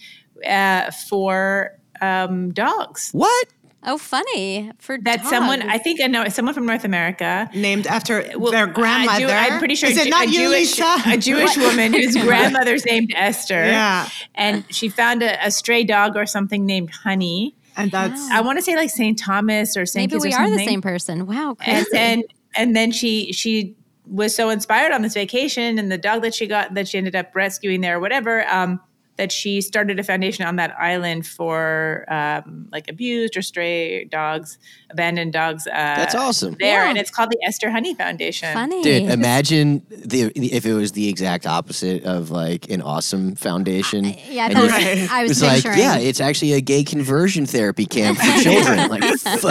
Speaker 4: uh, for um, dogs.
Speaker 1: What?
Speaker 3: oh, funny for
Speaker 4: That someone
Speaker 3: dogs.
Speaker 4: I think I know someone from North America.
Speaker 2: Named after
Speaker 4: Uh, Well,
Speaker 2: their
Speaker 4: a Jew-
Speaker 2: grandmother.
Speaker 4: I'm pretty sure
Speaker 2: Is it
Speaker 4: Ju-
Speaker 2: not
Speaker 4: a
Speaker 2: you,
Speaker 4: Jewish,
Speaker 2: Lisa?
Speaker 4: a Jewish woman whose grandmother's named Esther.
Speaker 2: Yeah.
Speaker 4: and she found a, a stray dog or something named Honey.
Speaker 2: And that's
Speaker 4: I want to say like Saint Thomas or Saint.
Speaker 3: maybe
Speaker 4: Kitts or
Speaker 3: we are the
Speaker 4: something
Speaker 3: same person. Wow,
Speaker 4: and
Speaker 3: crazy.
Speaker 4: then and then she she was so inspired on this vacation and the dog that she got that she ended up rescuing there or whatever um, that she started a foundation on that island for um, like abused or stray dogs abandoned dogs uh,
Speaker 1: That's awesome.
Speaker 4: there
Speaker 3: Yeah.
Speaker 4: and it's called the esther honey foundation
Speaker 3: funny.
Speaker 1: Dude, imagine the if it was the exact opposite of like an awesome foundation.
Speaker 3: yeah, I,
Speaker 1: and
Speaker 3: thought
Speaker 1: you-
Speaker 3: it was, I was
Speaker 1: It's like,
Speaker 3: picturing.
Speaker 1: yeah, it's actually a gay conversion therapy camp for children. like, fuck.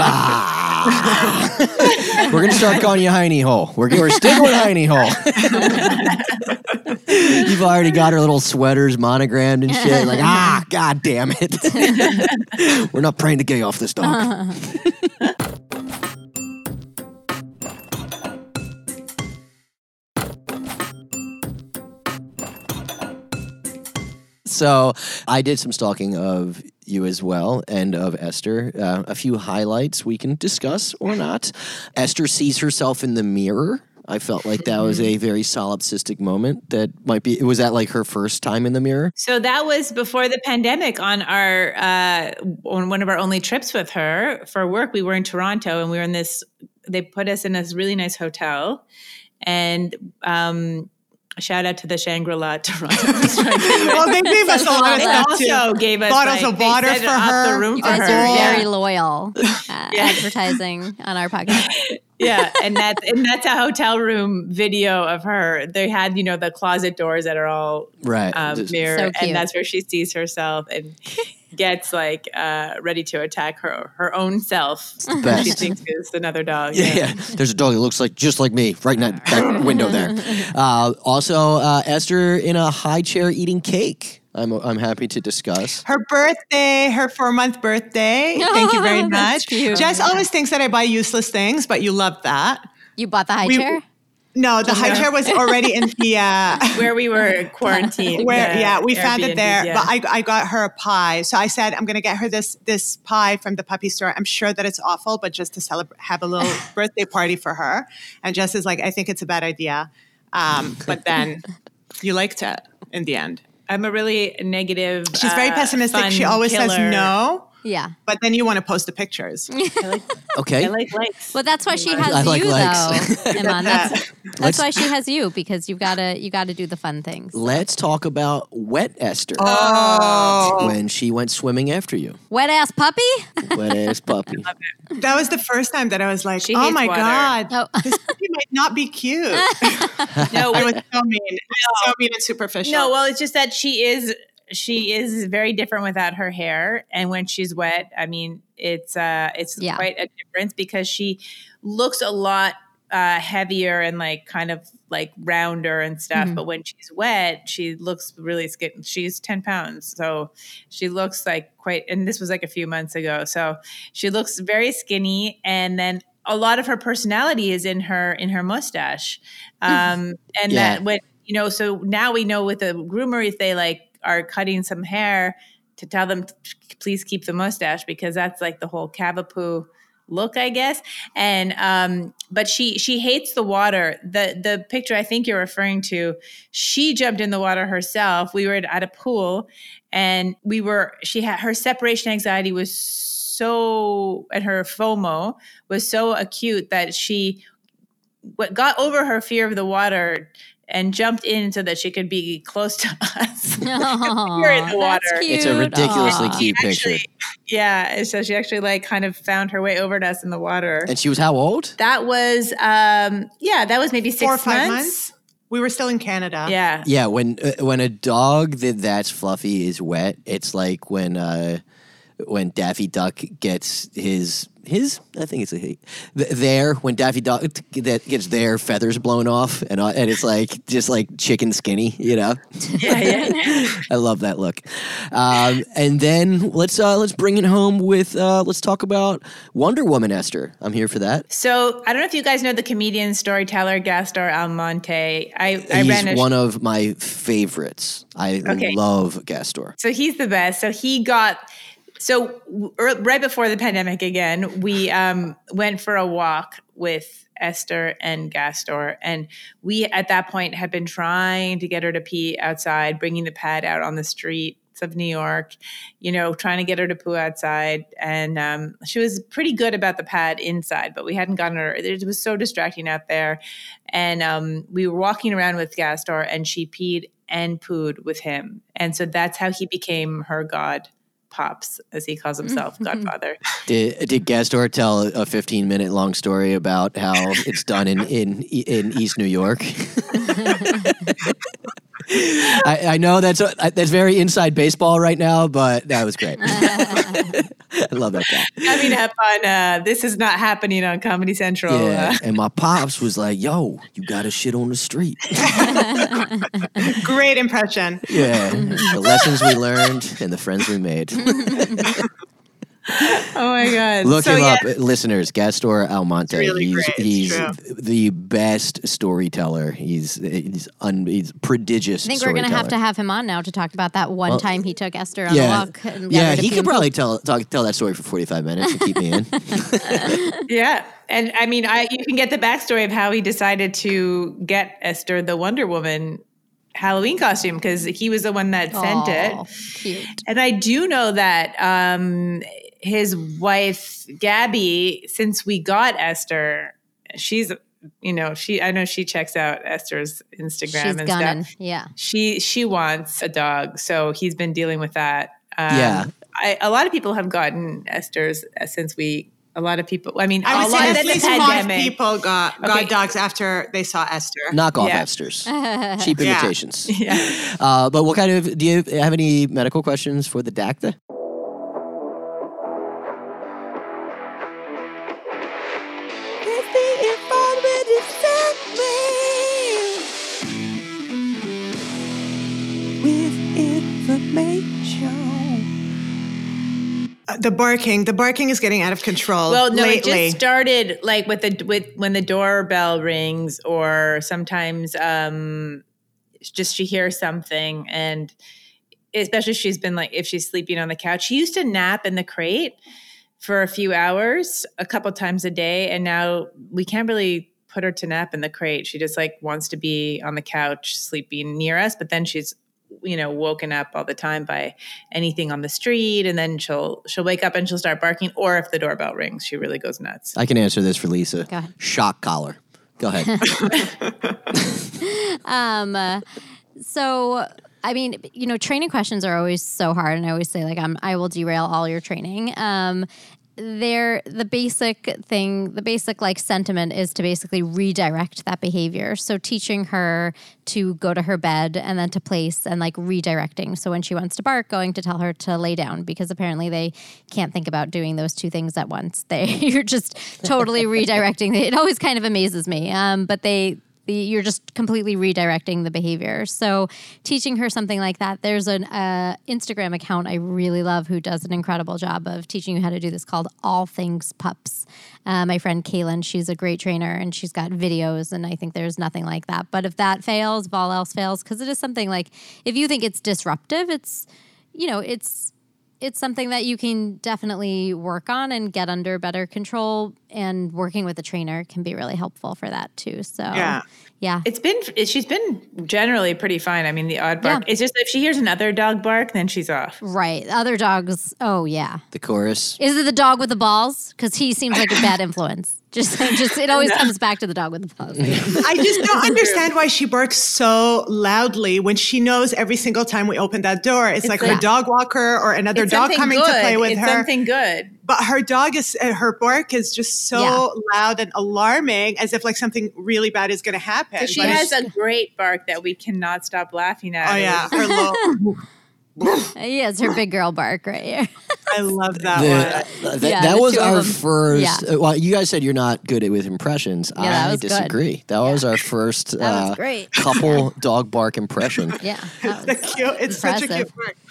Speaker 1: we're gonna start calling you Heiny Hole. We're we're sticking with Heiny Hole. You've already got her little sweaters monogrammed and shit. Like, ah, god damn it. we're not praying the gay off this dog. So I did some stalking of you as well and of Esther. Uh, a few highlights we can discuss or not. Esther sees herself in the mirror. I felt like that was a very solipsistic moment. That might be. Was that like her first time in the mirror?
Speaker 4: So that was before the pandemic on our uh, on one of our only trips with her for work. We were in Toronto and we were in this. They put us in this really nice hotel, and um, shout out to the Shangri La Toronto.
Speaker 2: well, they gave us a lot of
Speaker 4: They
Speaker 2: stuff
Speaker 4: also
Speaker 2: too.
Speaker 4: gave us
Speaker 2: Bottles
Speaker 4: like,
Speaker 2: of
Speaker 4: they
Speaker 2: water
Speaker 4: set
Speaker 2: for
Speaker 4: up
Speaker 2: her.
Speaker 4: The room
Speaker 3: you
Speaker 4: for
Speaker 3: guys
Speaker 4: her.
Speaker 3: are
Speaker 2: Yeah.
Speaker 3: very loyal uh, advertising on our podcast.
Speaker 4: yeah, and that's and that's a hotel room video of her. They had you know the closet doors that are all
Speaker 1: Right.
Speaker 4: um,
Speaker 1: Just-
Speaker 4: mirror,
Speaker 3: cute.
Speaker 4: and that's where she sees herself and gets like uh, ready to attack her her own self.
Speaker 1: best.
Speaker 4: She thinks it's another dog.
Speaker 1: Yeah, yeah. There's a dog that looks like just like me, right in that, that window there. Uh, also, uh, Esther in a high chair eating cake. I'm I'm happy to discuss.
Speaker 2: Her birthday, her four month birthday. Thank you very
Speaker 3: That's
Speaker 2: much.
Speaker 3: cute.
Speaker 2: Jess always thinks that I buy useless things, but you love that.
Speaker 3: You bought the high
Speaker 2: We-
Speaker 3: chair.
Speaker 2: No, the high chair was already in the. Uh,
Speaker 4: Where we were quarantined.
Speaker 2: where yeah, we found it
Speaker 4: Airbnbs,
Speaker 2: there
Speaker 4: yeah.
Speaker 2: but I, I got her a pie so i said i'm going to get her this this pie from the puppy store i'm sure that it's awful but just to celebrate have a little birthday party for her and jess is like i think it's a bad idea um, but then you liked it in the end
Speaker 4: I'm a really negative.
Speaker 2: she's very
Speaker 4: uh,
Speaker 2: pessimistic
Speaker 4: fun
Speaker 2: she always says
Speaker 4: killer.
Speaker 2: no
Speaker 3: Yeah.
Speaker 2: but then you want to post the pictures
Speaker 1: Okay.
Speaker 4: I like likes.
Speaker 3: Well, that's why she has
Speaker 1: I like
Speaker 3: you
Speaker 1: likes.
Speaker 3: though, Iman. That's,
Speaker 1: Let's-
Speaker 3: that's why she has you because you've got to you got to do the fun things.
Speaker 1: Let's talk about wet Esther
Speaker 2: oh
Speaker 1: when she went swimming after you.
Speaker 3: Wet ass puppy.
Speaker 1: Wet ass puppy.
Speaker 2: that was the first time that i was like
Speaker 4: She
Speaker 2: oh
Speaker 4: hates
Speaker 2: my
Speaker 4: water.
Speaker 2: god
Speaker 3: Oh,
Speaker 2: this puppy might not be cute
Speaker 4: no,
Speaker 2: i
Speaker 4: well,
Speaker 2: was so mean I was so mean and superficial
Speaker 4: no. Well, it's just that she is she is very different without her hair, and when she's wet, I mean, it's uh, it's
Speaker 3: Yeah.
Speaker 4: quite a difference because she looks a lot uh, heavier and like kind of like rounder and stuff.
Speaker 3: Mhm.
Speaker 4: But when she's wet, she looks really skin. She's ten pounds, so she looks like quite. And this was like a few months ago, so she looks very skinny. And then a lot of her personality is in her in her mustache, um, and
Speaker 1: Yeah.
Speaker 4: that when you know, so now we know with a groomer if they like are cutting some hair to tell them to please keep the mustache because that's like the whole cavapoo look, I guess. And um, but she she hates the water. The the picture I think you're referring to, she jumped in the water herself. We were at, at a pool, and we were she had her separation anxiety was so and her FOMO was so acute that she what got over her fear of the water and jumped in so that she could be close to us.
Speaker 3: Aw,
Speaker 4: We're in the
Speaker 3: that's
Speaker 4: water.
Speaker 3: cute.
Speaker 1: It's a ridiculously
Speaker 3: Aw.
Speaker 1: cute picture.
Speaker 4: Actually, yeah. and So she actually like kind of found her way over to us in the water.
Speaker 1: and she was how old?
Speaker 4: that was um yeah, that was maybe six
Speaker 2: Four or five
Speaker 4: months.
Speaker 2: months. We were still in Canada.
Speaker 4: Yeah.
Speaker 1: Yeah, when uh, when a dog that that's fluffy is wet, it's like when uh, when Daffy Duck gets his his I think it's a he th- there when Daffy Duck t- that gets their feathers blown off and uh, and it's like just like chicken skinny, you know.
Speaker 4: Yeah, yeah.
Speaker 1: I love that look. Um, and then let's uh, let's bring it home with uh, let's talk about Wonder Woman Esther. I'm here for that.
Speaker 4: So I don't know if you guys know the comedian storyteller Gaston Almonte. I, I ran a
Speaker 1: He's one of my favorites. I
Speaker 4: Okay.
Speaker 1: love Gastor.
Speaker 4: So he's the best. So he got so w- er- right before the pandemic again, we um, went for a walk with Esther and Gastor, and we at that point had been trying to get her to pee outside, bringing the pad out on the streets Of New York, you know, trying to get her to poo outside, and um, she was pretty good about the pad inside, but we hadn't gotten her. It was so distracting out there, and um, we were walking around with Gastor, and she peed and pooed with him, and so that's how he became her god, pops, as he calls
Speaker 1: Mm.
Speaker 4: himself, Godfather.
Speaker 1: Did, did Gastor tell a 15 minute long story about how it's done in, in, in East New York? I, I know that's a, that's very inside baseball right now, but that was great. I love that guy.
Speaker 4: Coming up on uh, this is not happening on Comedy Central.
Speaker 1: Yeah,
Speaker 4: Uh,
Speaker 1: and my pops was like, "Yo, you got to shit on the street."
Speaker 2: Great impression.
Speaker 1: Yeah, the lessons we learned and the friends we made.
Speaker 4: oh my god!
Speaker 1: Look
Speaker 4: so
Speaker 1: him
Speaker 4: yeah,
Speaker 1: up, listeners. Gastor Almonte.
Speaker 2: really
Speaker 1: he's
Speaker 2: great. It's
Speaker 1: he's
Speaker 2: true.
Speaker 1: the best storyteller. He's he's un, he's prodigious.
Speaker 3: I think we're gonna have to have him on now to talk about that one time he took Esther on
Speaker 1: yeah,
Speaker 3: a walk. And got
Speaker 1: yeah.
Speaker 3: her
Speaker 1: He
Speaker 3: to pee
Speaker 1: could
Speaker 3: and poop.
Speaker 1: probably tell talk, tell that story for forty five minutes and keep me in.
Speaker 4: yeah, and I mean, I you can get the backstory of how he decided to get Esther the Wonder Woman Halloween costume because he was the one that sent it.
Speaker 3: Aw, Cute.
Speaker 4: And I do know that um, his wife Gabby, since we got Esther, she's you know she I know she checks out Esther's Instagram
Speaker 3: She's
Speaker 4: and
Speaker 3: gunning.
Speaker 4: stuff.
Speaker 3: Yeah.
Speaker 4: She she wants a dog, so he's been dealing with that. Um,
Speaker 1: Yeah.
Speaker 4: I, a lot of people have gotten Esther's uh, since we. A lot of people. I mean,
Speaker 2: I
Speaker 4: a
Speaker 2: would
Speaker 4: lot
Speaker 2: say
Speaker 4: of
Speaker 2: at
Speaker 4: the
Speaker 2: least five
Speaker 4: pandemic.
Speaker 2: people got, got
Speaker 4: Okay.
Speaker 2: dogs after they saw Esther.
Speaker 1: Knock off
Speaker 4: Yeah.
Speaker 1: Esters, cheap
Speaker 2: Yeah.
Speaker 1: imitations.
Speaker 4: Yeah.
Speaker 1: Uh, but what kind of do you have any medical questions for the Dacta?
Speaker 2: Uh, The barking, the barking is getting out of control.
Speaker 4: Well, no, it
Speaker 2: lately.
Speaker 4: just started like with the with when the doorbell rings, or sometimes um, it's just she hears something, and especially if she's been like if she's sleeping on the couch. She used to nap in the crate for a few hours, a couple times a day, and now we can't really put her to nap in the crate. She just like wants to be on the couch sleeping near us, but then she's you know woken up all the time by anything on the street and then she'll she'll wake up and she'll start barking or if the doorbell rings she really goes nuts
Speaker 1: I can answer this for Lisa.
Speaker 3: Go ahead.
Speaker 1: Shock collar. Go ahead.
Speaker 3: Um, uh, so I mean, you know, training questions are always so hard, and I always say like, I'm, I will derail all your training. Um, there, the basic thing, the basic like sentiment is to basically redirect that behavior. So teaching her to go to her bed and then to place and like redirecting. So when she wants to bark, going to tell her to lay down because apparently they can't think about doing those two things at once. They you're just totally redirecting. It always kind of amazes me. Um, but they the you're just completely redirecting the behavior. So teaching her something like that. There's an uh, Instagram account I really love who does an incredible job of teaching you how to do this called All Things Pups. Uh, my friend Kaylin, she's a great trainer and she's got videos, and I think there's nothing like that. But if that fails, if all else fails, because it is something like if you think it's disruptive, it's you know it's it's something that you can definitely work on and get under better control and working with a trainer can be really helpful for that too so
Speaker 2: Yeah.
Speaker 3: yeah
Speaker 4: It's been it, she's been generally pretty fine. I mean, the odd bark.
Speaker 3: Yeah.
Speaker 4: It's just if she hears another dog bark, then she's off.
Speaker 3: right other dogs oh yeah
Speaker 1: The chorus.
Speaker 3: is it the dog with the balls because he seems like a bad influence just just it always comes back to the dog with the balls
Speaker 2: I just don't understand why she barks so loudly when she knows every single time we open that door, it's, like her
Speaker 3: like-
Speaker 2: dog walker or another
Speaker 4: It's
Speaker 2: dog
Speaker 4: something
Speaker 2: coming
Speaker 4: good.
Speaker 2: to play with
Speaker 4: it's
Speaker 2: her.
Speaker 4: something good.
Speaker 2: but her dog is uh, her bark is just so
Speaker 3: Yeah.
Speaker 2: loud and alarming, as if like something really bad is going to happen.
Speaker 4: So she
Speaker 2: But
Speaker 4: has a great bark that we cannot stop laughing at.
Speaker 2: Oh
Speaker 4: It
Speaker 2: yeah,
Speaker 4: was-
Speaker 2: her low.
Speaker 3: yeah it's her big girl bark right here
Speaker 2: I love that
Speaker 1: The- uh,
Speaker 2: one.
Speaker 1: that
Speaker 3: Yeah,
Speaker 1: that
Speaker 3: the
Speaker 1: was
Speaker 3: two of
Speaker 1: our
Speaker 3: them.
Speaker 1: first.
Speaker 3: Yeah.
Speaker 1: uh, Well, you guys said you're not good at with impressions.
Speaker 3: that
Speaker 1: I
Speaker 3: was good.
Speaker 1: disagree. That was our first
Speaker 3: That was
Speaker 1: uh,
Speaker 3: great.
Speaker 1: couple dog bark impression.
Speaker 3: yeah
Speaker 2: It's a cute. It's such a
Speaker 3: impressive.
Speaker 2: cute bark.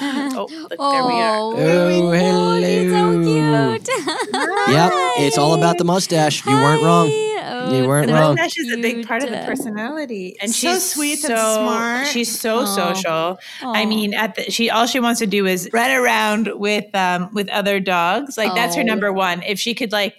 Speaker 4: Oh, look, there we are.
Speaker 3: oh
Speaker 1: Oh,
Speaker 3: look, it's
Speaker 1: hello.
Speaker 3: so cute
Speaker 1: Yep, it's all about the mustache. You weren't wrong.
Speaker 3: Hi.
Speaker 1: You weren't
Speaker 4: The
Speaker 1: wrong.
Speaker 4: mustache is a big part of the
Speaker 3: Oh, Cute.
Speaker 4: personality, Oh, and
Speaker 2: So
Speaker 4: she's
Speaker 2: sweet and
Speaker 4: so,
Speaker 2: smart.
Speaker 4: She's so
Speaker 3: Aw.
Speaker 4: social. I
Speaker 3: Aw.
Speaker 4: mean, at the, she all she wants to do is run around with um, with other dogs. Like that's her
Speaker 3: Oh.
Speaker 4: number one. If she could like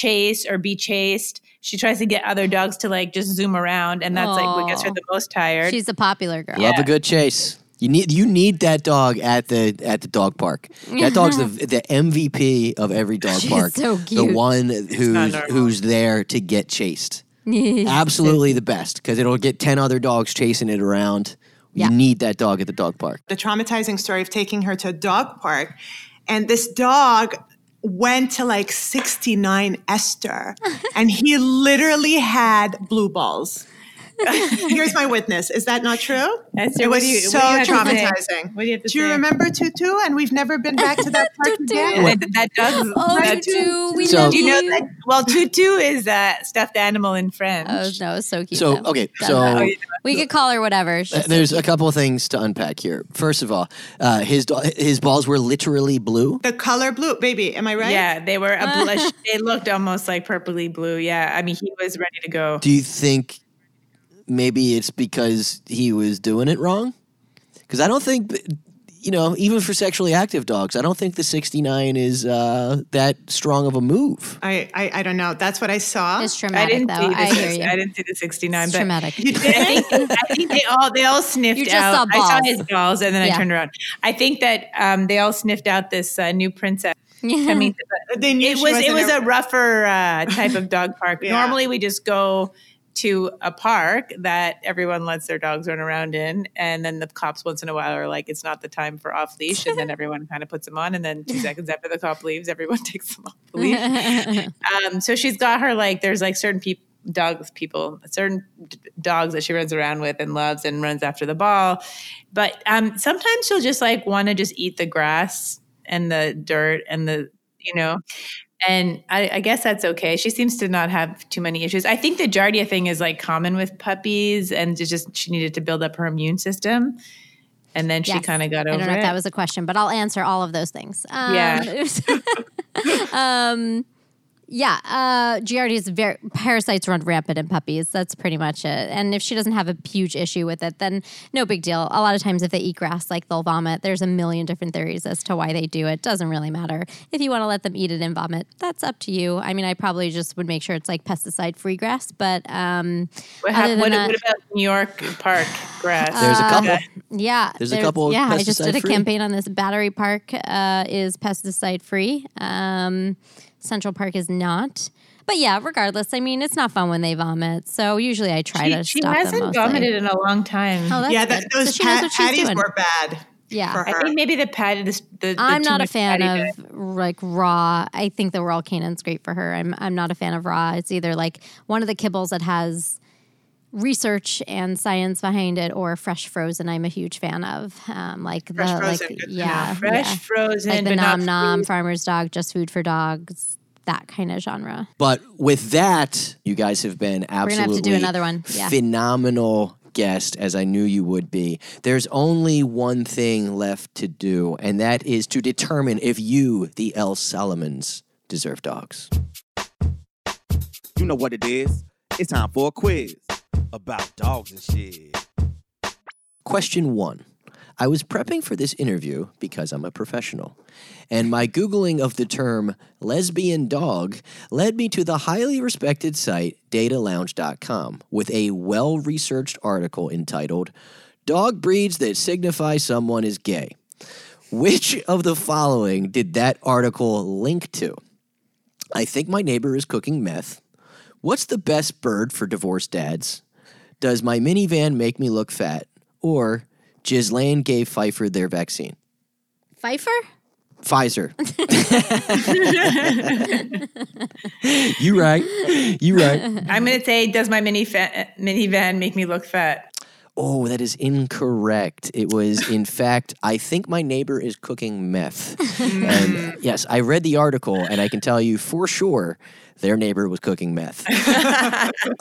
Speaker 4: chase or be chased, she tries to get other dogs to like just zoom around, and that's like what gets her
Speaker 3: Aw.
Speaker 4: the most tired.
Speaker 3: she's a popular girl
Speaker 4: Yeah.
Speaker 1: Love a good chase. You need you need that dog at the at the dog park. That dog's the the MVP of every dog
Speaker 3: She's
Speaker 1: park.
Speaker 3: so
Speaker 1: The
Speaker 3: cute.
Speaker 1: one who's
Speaker 4: normal.
Speaker 1: who's there to get chased. Absolutely the best because it'll get ten other dogs chasing it around.
Speaker 3: Yeah.
Speaker 1: You need that dog at the dog park.
Speaker 2: the traumatizing story of taking her to a dog park and this dog went to like 69 Esther and he literally had blue balls. Here's my witness. Is that not true?
Speaker 4: Esther,
Speaker 2: it was
Speaker 4: what do you- what
Speaker 2: so
Speaker 4: do you have to say?
Speaker 2: traumatizing.
Speaker 4: What do you have to
Speaker 2: you
Speaker 4: say?
Speaker 2: remember Tutu? And we've never been back to that park
Speaker 3: Tutu.
Speaker 2: again.
Speaker 4: And that, that dog's
Speaker 3: oh
Speaker 4: that
Speaker 3: you do we
Speaker 1: So-
Speaker 3: love
Speaker 4: Do you know
Speaker 3: you.
Speaker 4: that? Well, tutu is a stuffed animal in French.
Speaker 3: Oh no, it's so cute.
Speaker 1: So
Speaker 3: though.
Speaker 1: okay,
Speaker 3: Done
Speaker 1: so
Speaker 4: Uh,
Speaker 3: that. we could call her whatever. She's
Speaker 1: Uh,
Speaker 3: so
Speaker 1: There's a couple of things to unpack here. First of all, uh, his do- his balls were literally blue.
Speaker 2: The color blue, baby. Am I right?
Speaker 4: Yeah, they were a blush. they looked almost like purpley blue. Yeah, I mean, he was ready to go.
Speaker 1: Do you think maybe it's because he was doing it wrong? Because I don't think you know, even for sexually active dogs, I don't think the 69 is uh, that strong of a move.
Speaker 2: I, I I don't know. That's what I saw.
Speaker 3: It's
Speaker 4: I
Speaker 3: traumatic
Speaker 4: didn't
Speaker 3: though.
Speaker 4: see. The,
Speaker 3: I hear you.
Speaker 4: I didn't see the sixty nine,
Speaker 3: it's
Speaker 4: but.
Speaker 3: traumatic.
Speaker 2: You did?
Speaker 4: I think, I think they all they all sniffed
Speaker 3: You just
Speaker 4: out.
Speaker 3: saw
Speaker 4: I saw
Speaker 3: balls.
Speaker 4: his balls, and then
Speaker 3: Yeah.
Speaker 4: I turned around. I think that um, they all sniffed out this uh, new princess. I mean,
Speaker 2: They knew
Speaker 4: it
Speaker 2: she
Speaker 4: was it
Speaker 2: wasn't
Speaker 4: was a rougher uh, type of dog park.
Speaker 2: Yeah.
Speaker 4: Normally, we just go to a park that everyone lets their dogs run around in, and then the cops once in a while are like, "It's not the time for off leash," and then everyone kind of puts them on, and then two seconds after the cop leaves, everyone takes them off the leash. Um, so she's got her like there's like certain people dogs people certain d- dogs that she runs around with and loves and runs after the ball but um sometimes she'll just like want to just eat the grass and the dirt and the you know and I, I guess that's okay she seems to not have too many issues i think the giardia thing is like common with puppies and it's just she needed to build up her immune system and then she
Speaker 3: Yes.
Speaker 4: kind of got
Speaker 3: I
Speaker 4: over
Speaker 3: don't know
Speaker 4: it
Speaker 3: if that was a question, but I'll answer all of those things. Um,
Speaker 4: Yeah.
Speaker 3: it was- um, yeah. Uh, Giardia is very parasites run rampant in puppies. That's pretty much it. And if she doesn't have a huge issue with it, then no big deal. A lot of times, if they eat grass, like they'll vomit. There's a million different theories as to why they do it. Doesn't really matter. If you want to let them eat it and vomit, that's up to you. I mean, I probably just would make sure it's like pesticide free grass, but um,
Speaker 4: what,
Speaker 3: other
Speaker 4: hap-
Speaker 3: than
Speaker 4: what,
Speaker 3: that-
Speaker 4: what about new york park grass
Speaker 1: There's
Speaker 3: Uh,
Speaker 1: a couple.
Speaker 3: yeah,
Speaker 1: There's a couple
Speaker 3: Yeah, I just did a
Speaker 1: pesticide-free.
Speaker 3: campaign on this. Battery Park uh, is pesticide free. Um, Central Park is not. But yeah, regardless, I mean, it's not fun when they vomit. So usually I try
Speaker 4: she,
Speaker 3: to
Speaker 4: she
Speaker 3: stop
Speaker 4: hasn't
Speaker 3: them. mostly.
Speaker 4: vomited in a long time
Speaker 3: Oh, that's
Speaker 2: yeah,
Speaker 3: good.
Speaker 2: that, those
Speaker 3: so she knows
Speaker 2: pat-
Speaker 3: what she's
Speaker 2: patties
Speaker 3: doing.
Speaker 2: were bad.
Speaker 3: Yeah.
Speaker 2: for
Speaker 4: I
Speaker 2: her.
Speaker 4: think maybe the patty. The, the, the
Speaker 3: I'm
Speaker 4: too
Speaker 3: not a
Speaker 4: much
Speaker 3: fan
Speaker 4: patty
Speaker 3: of like raw. I think the raw canine's great for her. I'm I'm not a fan of raw. It's either like one of the kibbles that has research and science behind it, or fresh frozen. I'm a huge fan of um, like
Speaker 2: Fresh
Speaker 3: the
Speaker 2: frozen,
Speaker 3: like
Speaker 4: uh,
Speaker 2: good to know.
Speaker 3: yeah
Speaker 4: fresh
Speaker 3: yeah.
Speaker 4: frozen,
Speaker 3: like the
Speaker 4: but
Speaker 3: nom
Speaker 4: not
Speaker 3: nom farmer's dog, just food for dogs that kind of genre.
Speaker 1: But with that, you guys have been
Speaker 3: gonna have
Speaker 1: absolutely
Speaker 3: to do another one. Yeah.
Speaker 1: phenomenal guest as I knew you would be. There's only one thing left to do, and that is to determine if you, the L Solomons, deserve dogs.
Speaker 6: You know what it is. It's time for a quiz about dogs and shit.
Speaker 1: Question one. I was prepping for this interview because I'm a professional, and my Googling of the term lesbian dog led me to the highly respected site datalounge.com with a well researched article entitled Dog Breeds That Signify Someone Is Gay. Which of the following did that article link to? I think my neighbor is cooking meth. What's the best bird for divorced dads? Does my minivan make me look fat? Or Ghislaine gave Pfeiffer their vaccine.
Speaker 3: Pfeiffer?
Speaker 1: Pfizer. you right. You right.
Speaker 4: I'm going to say, does my mini fa- uh, minivan make me look fat?
Speaker 1: Oh, that is incorrect. It was, in fact, I think my neighbor is cooking meth. and yes, I read the article and I can tell you for sure their neighbor was cooking meth.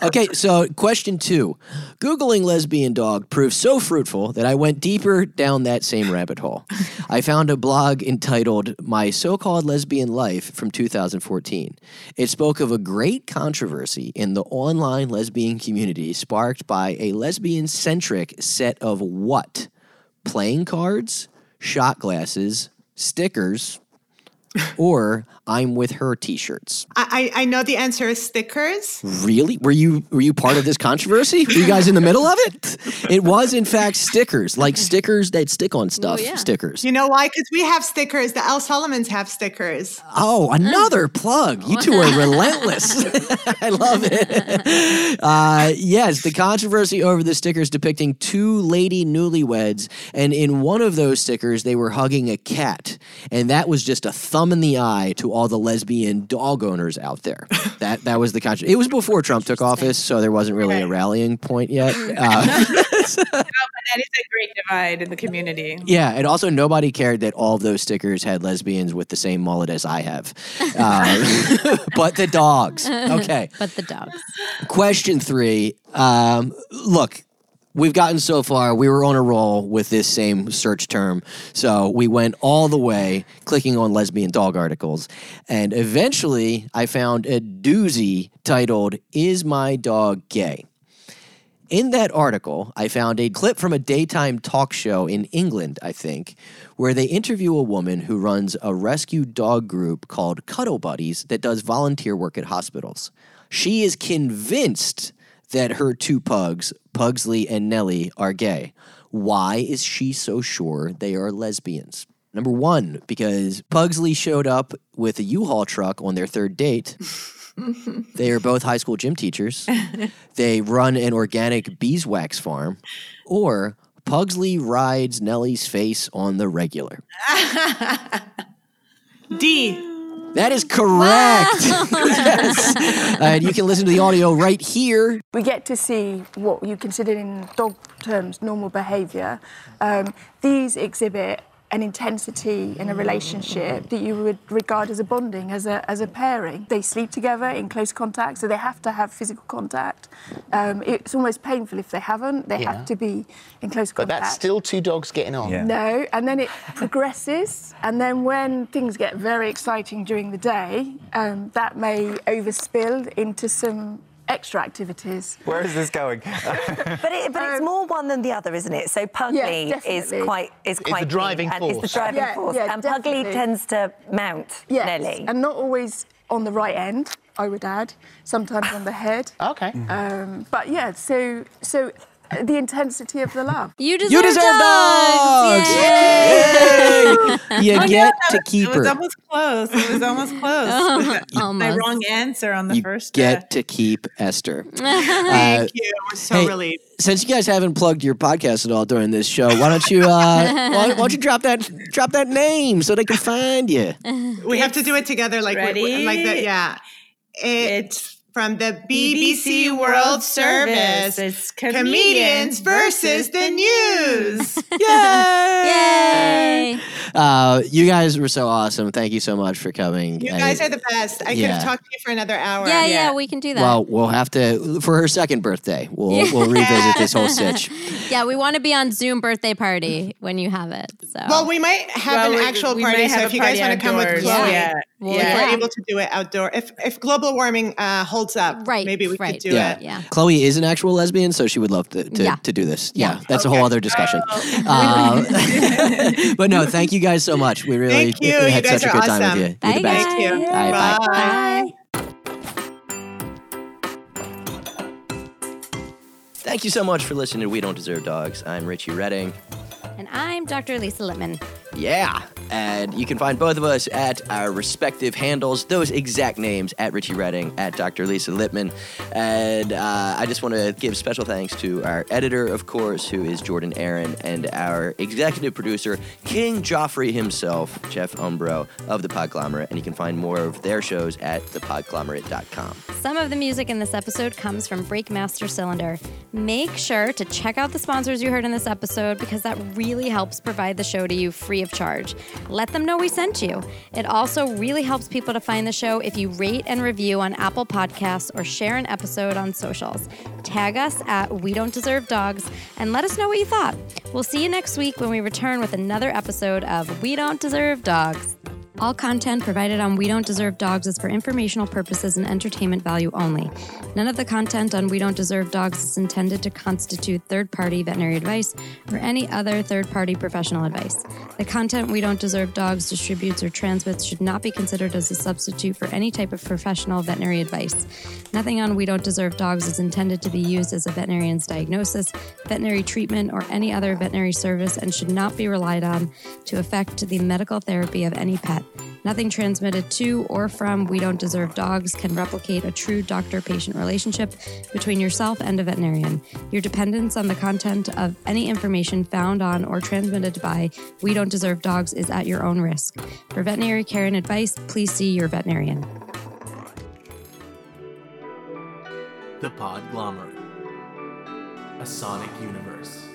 Speaker 1: Okay, so question two. Googling lesbian dog proved so fruitful that I went deeper down that same rabbit hole. I found a blog entitled My So Called Lesbian Life from 2014. It spoke of a great controversy in the online lesbian community sparked by a lesbian centric set of what? Playing cards, shot glasses, stickers, or I'm with her t shirts.
Speaker 2: I, I I know the answer is stickers.
Speaker 1: Really? Were you were you part of this controversy? Were you guys in the middle of it? It was in fact stickers, like stickers that stick on stuff.
Speaker 3: yeah.
Speaker 1: Stickers.
Speaker 2: You know why? Because we have stickers. The L Solomons have stickers.
Speaker 1: Oh, another plug. You two are relentless. I love it. Uh, yes, the controversy over the stickers depicting two lady newlyweds, and in one of those stickers, they were hugging a cat, and that was just a thumb in the eye to all the lesbian dog owners out there. That that was the controversy. It was before Trump took office, so there wasn't really a rallying point yet. Uh,
Speaker 4: That is a great divide in the community.
Speaker 1: Yeah, and also nobody cared that all of those stickers had lesbians with the same mullet as I have, um, but the dogs. Okay,
Speaker 3: But the dogs.
Speaker 1: question three. Um, look, we've gotten so far. We were on a roll with this same search term, so we went all the way, clicking on lesbian dog articles, and eventually I found a doozy titled "Is My Dog Gay." In that article, I found a clip from a daytime talk show in England, I think, where they interview a woman who runs a rescue dog group called Cuddle Buddies that does volunteer work at hospitals. She is convinced that her two pugs, Pugsley and Nellie, are gay. Why is she so sure they are lesbians? Number one, because Pugsley showed up with a U Haul truck on their third date. They are both high school gym teachers. they run an organic beeswax farm, or Pugsley rides Nellie's face on the regular.
Speaker 2: D.
Speaker 1: That is correct. yes. And you can listen to the audio right here.
Speaker 7: We get to see what you consider in dog terms normal behaviour. Um, these exhibit an intensity in a relationship that you would regard as a bonding, as a, as a pairing. They sleep together in close contact, so they have to have physical contact. Um, it's almost painful if they haven't. They have to be in close
Speaker 8: But
Speaker 7: contact.
Speaker 8: that's still two dogs getting on.
Speaker 7: No, and then it progresses, and then when things get very exciting during the day, um, that may overspill into some extra activities.
Speaker 8: Where is this going?
Speaker 9: But, it, but it's more one than the other, isn't it? So Pugly is
Speaker 7: Um, definitely.
Speaker 9: quite is quite
Speaker 8: the
Speaker 9: key,
Speaker 8: driving
Speaker 9: and It's
Speaker 8: force.
Speaker 9: the driving
Speaker 7: Yeah,
Speaker 9: force,
Speaker 7: yeah,
Speaker 9: and
Speaker 7: definitely.
Speaker 9: Pugly tends to mount
Speaker 7: Yes,
Speaker 9: Nelly.
Speaker 7: and not always on the right end. I would add, sometimes on the head.
Speaker 2: Ah.
Speaker 8: Okay.
Speaker 7: Um, but yeah, so so uh, the intensity of the love.
Speaker 3: You deserve,
Speaker 1: You deserve dogs.
Speaker 3: dogs. Yay.
Speaker 1: Yay. You
Speaker 4: Oh, no,
Speaker 1: get
Speaker 4: that
Speaker 1: to
Speaker 4: was-
Speaker 1: keep
Speaker 4: It was
Speaker 1: her.
Speaker 4: almost close. It was almost close. My
Speaker 3: Almost.
Speaker 4: wrong answer on the
Speaker 1: You
Speaker 4: first uh,
Speaker 1: get to keep Esther. Uh,
Speaker 2: uh, Thank you. We're so
Speaker 1: hey,
Speaker 2: relieved.
Speaker 1: since you guys haven't plugged your podcast at all during this show, why don't you uh, why, why don't you drop that drop that name so they can find you?
Speaker 2: We have to do it together, like we- we- like that.
Speaker 4: Ready?
Speaker 2: Yeah. It's,
Speaker 4: It's
Speaker 2: from the BBC, World Service.
Speaker 4: It's
Speaker 2: Comedians versus the news.
Speaker 3: Yay!
Speaker 1: Uh, you guys were so awesome. Thank you so much for coming.
Speaker 2: You
Speaker 1: I-
Speaker 2: guys are the best. I could
Speaker 1: Yeah.
Speaker 2: have talked to you for another hour.
Speaker 3: Yeah, yeah, we can do that.
Speaker 1: Well, we'll have to for her second birthday. We'll we'll revisit this whole sitch.
Speaker 3: yeah, we want to be on Zoom birthday party when you have it. So
Speaker 2: Well, we might have
Speaker 4: Well,
Speaker 2: an
Speaker 4: we-
Speaker 2: actual
Speaker 4: we
Speaker 2: party.
Speaker 4: might
Speaker 2: So
Speaker 4: have
Speaker 2: if
Speaker 4: a
Speaker 2: you guys
Speaker 4: party
Speaker 2: want to come with
Speaker 4: outdoors.
Speaker 2: Chloe,
Speaker 4: Yeah.
Speaker 3: Well,
Speaker 2: if
Speaker 4: Yeah.
Speaker 2: we're
Speaker 3: yeah.
Speaker 2: able to do it outdoor, if if global warming uh, holds up,
Speaker 3: Right,
Speaker 2: maybe we
Speaker 3: right.
Speaker 2: could do
Speaker 1: Yeah.
Speaker 2: it.
Speaker 3: Yeah.
Speaker 1: Chloe is an actual lesbian, so she would love to, to,
Speaker 3: Yeah.
Speaker 1: to do this. Yeah.
Speaker 3: Yeah.
Speaker 1: That's a whole other discussion.
Speaker 2: Oh.
Speaker 1: Uh, but no, thank you guys so much. We really
Speaker 2: Thank you. You
Speaker 1: had
Speaker 2: guys
Speaker 1: such a
Speaker 2: are
Speaker 1: good time
Speaker 2: awesome.
Speaker 1: with you. You're
Speaker 3: Bye,
Speaker 1: the best.
Speaker 2: Thank you.
Speaker 1: All right, bye.
Speaker 3: Bye.
Speaker 1: Thank you so much for listening to We Don't Deserve Dogs. I'm Richie Redding.
Speaker 3: And I'm Dr. Lisa Littman.
Speaker 1: Yeah. And you can find both of us at our respective handles, those exact names at Richie Redding, at Dr. Lisa Lippman. And uh, I just want to give special thanks to our editor, of course, who is Jordan Aaron, and our executive producer, King Joffrey himself, Jeff Umbro of The Podglomerate. And you can find more of their shows at thepodglomerate.com.
Speaker 3: Some of the music in this episode comes from Breakmaster Cylinder. Make sure to check out the sponsors you heard in this episode because that really helps provide the show to you free of charge. Let them know we sent you. It also really helps people to find the show if you rate and review on Apple Podcasts or share an episode on socials. Tag us at We Don't Deserve Dogs and let us know what you thought. We'll see you next week when we return with another episode of We Don't Deserve Dogs. All content provided on We Don't Deserve Dogs is for informational purposes and entertainment value only. None of the content on We Don't Deserve Dogs is intended to constitute third party veterinary advice or any other third party professional advice. The content We Don't Deserve Dogs distributes or transmits should not be considered as a substitute for any type of professional veterinary advice. Nothing on We Don't Deserve Dogs is intended to be used as a veterinarian's diagnosis, veterinary treatment, or any other veterinary service and should not be relied on to affect the medical therapy of any pet. Nothing transmitted to or from We Don't Deserve Dogs can replicate a true doctor patient relationship between yourself and a veterinarian. Your dependence on the content of any information found on or transmitted by We Don't Deserve Dogs is at your own risk. For veterinary care and advice, please see your veterinarian.
Speaker 10: The Podglomerate. A sonic universe.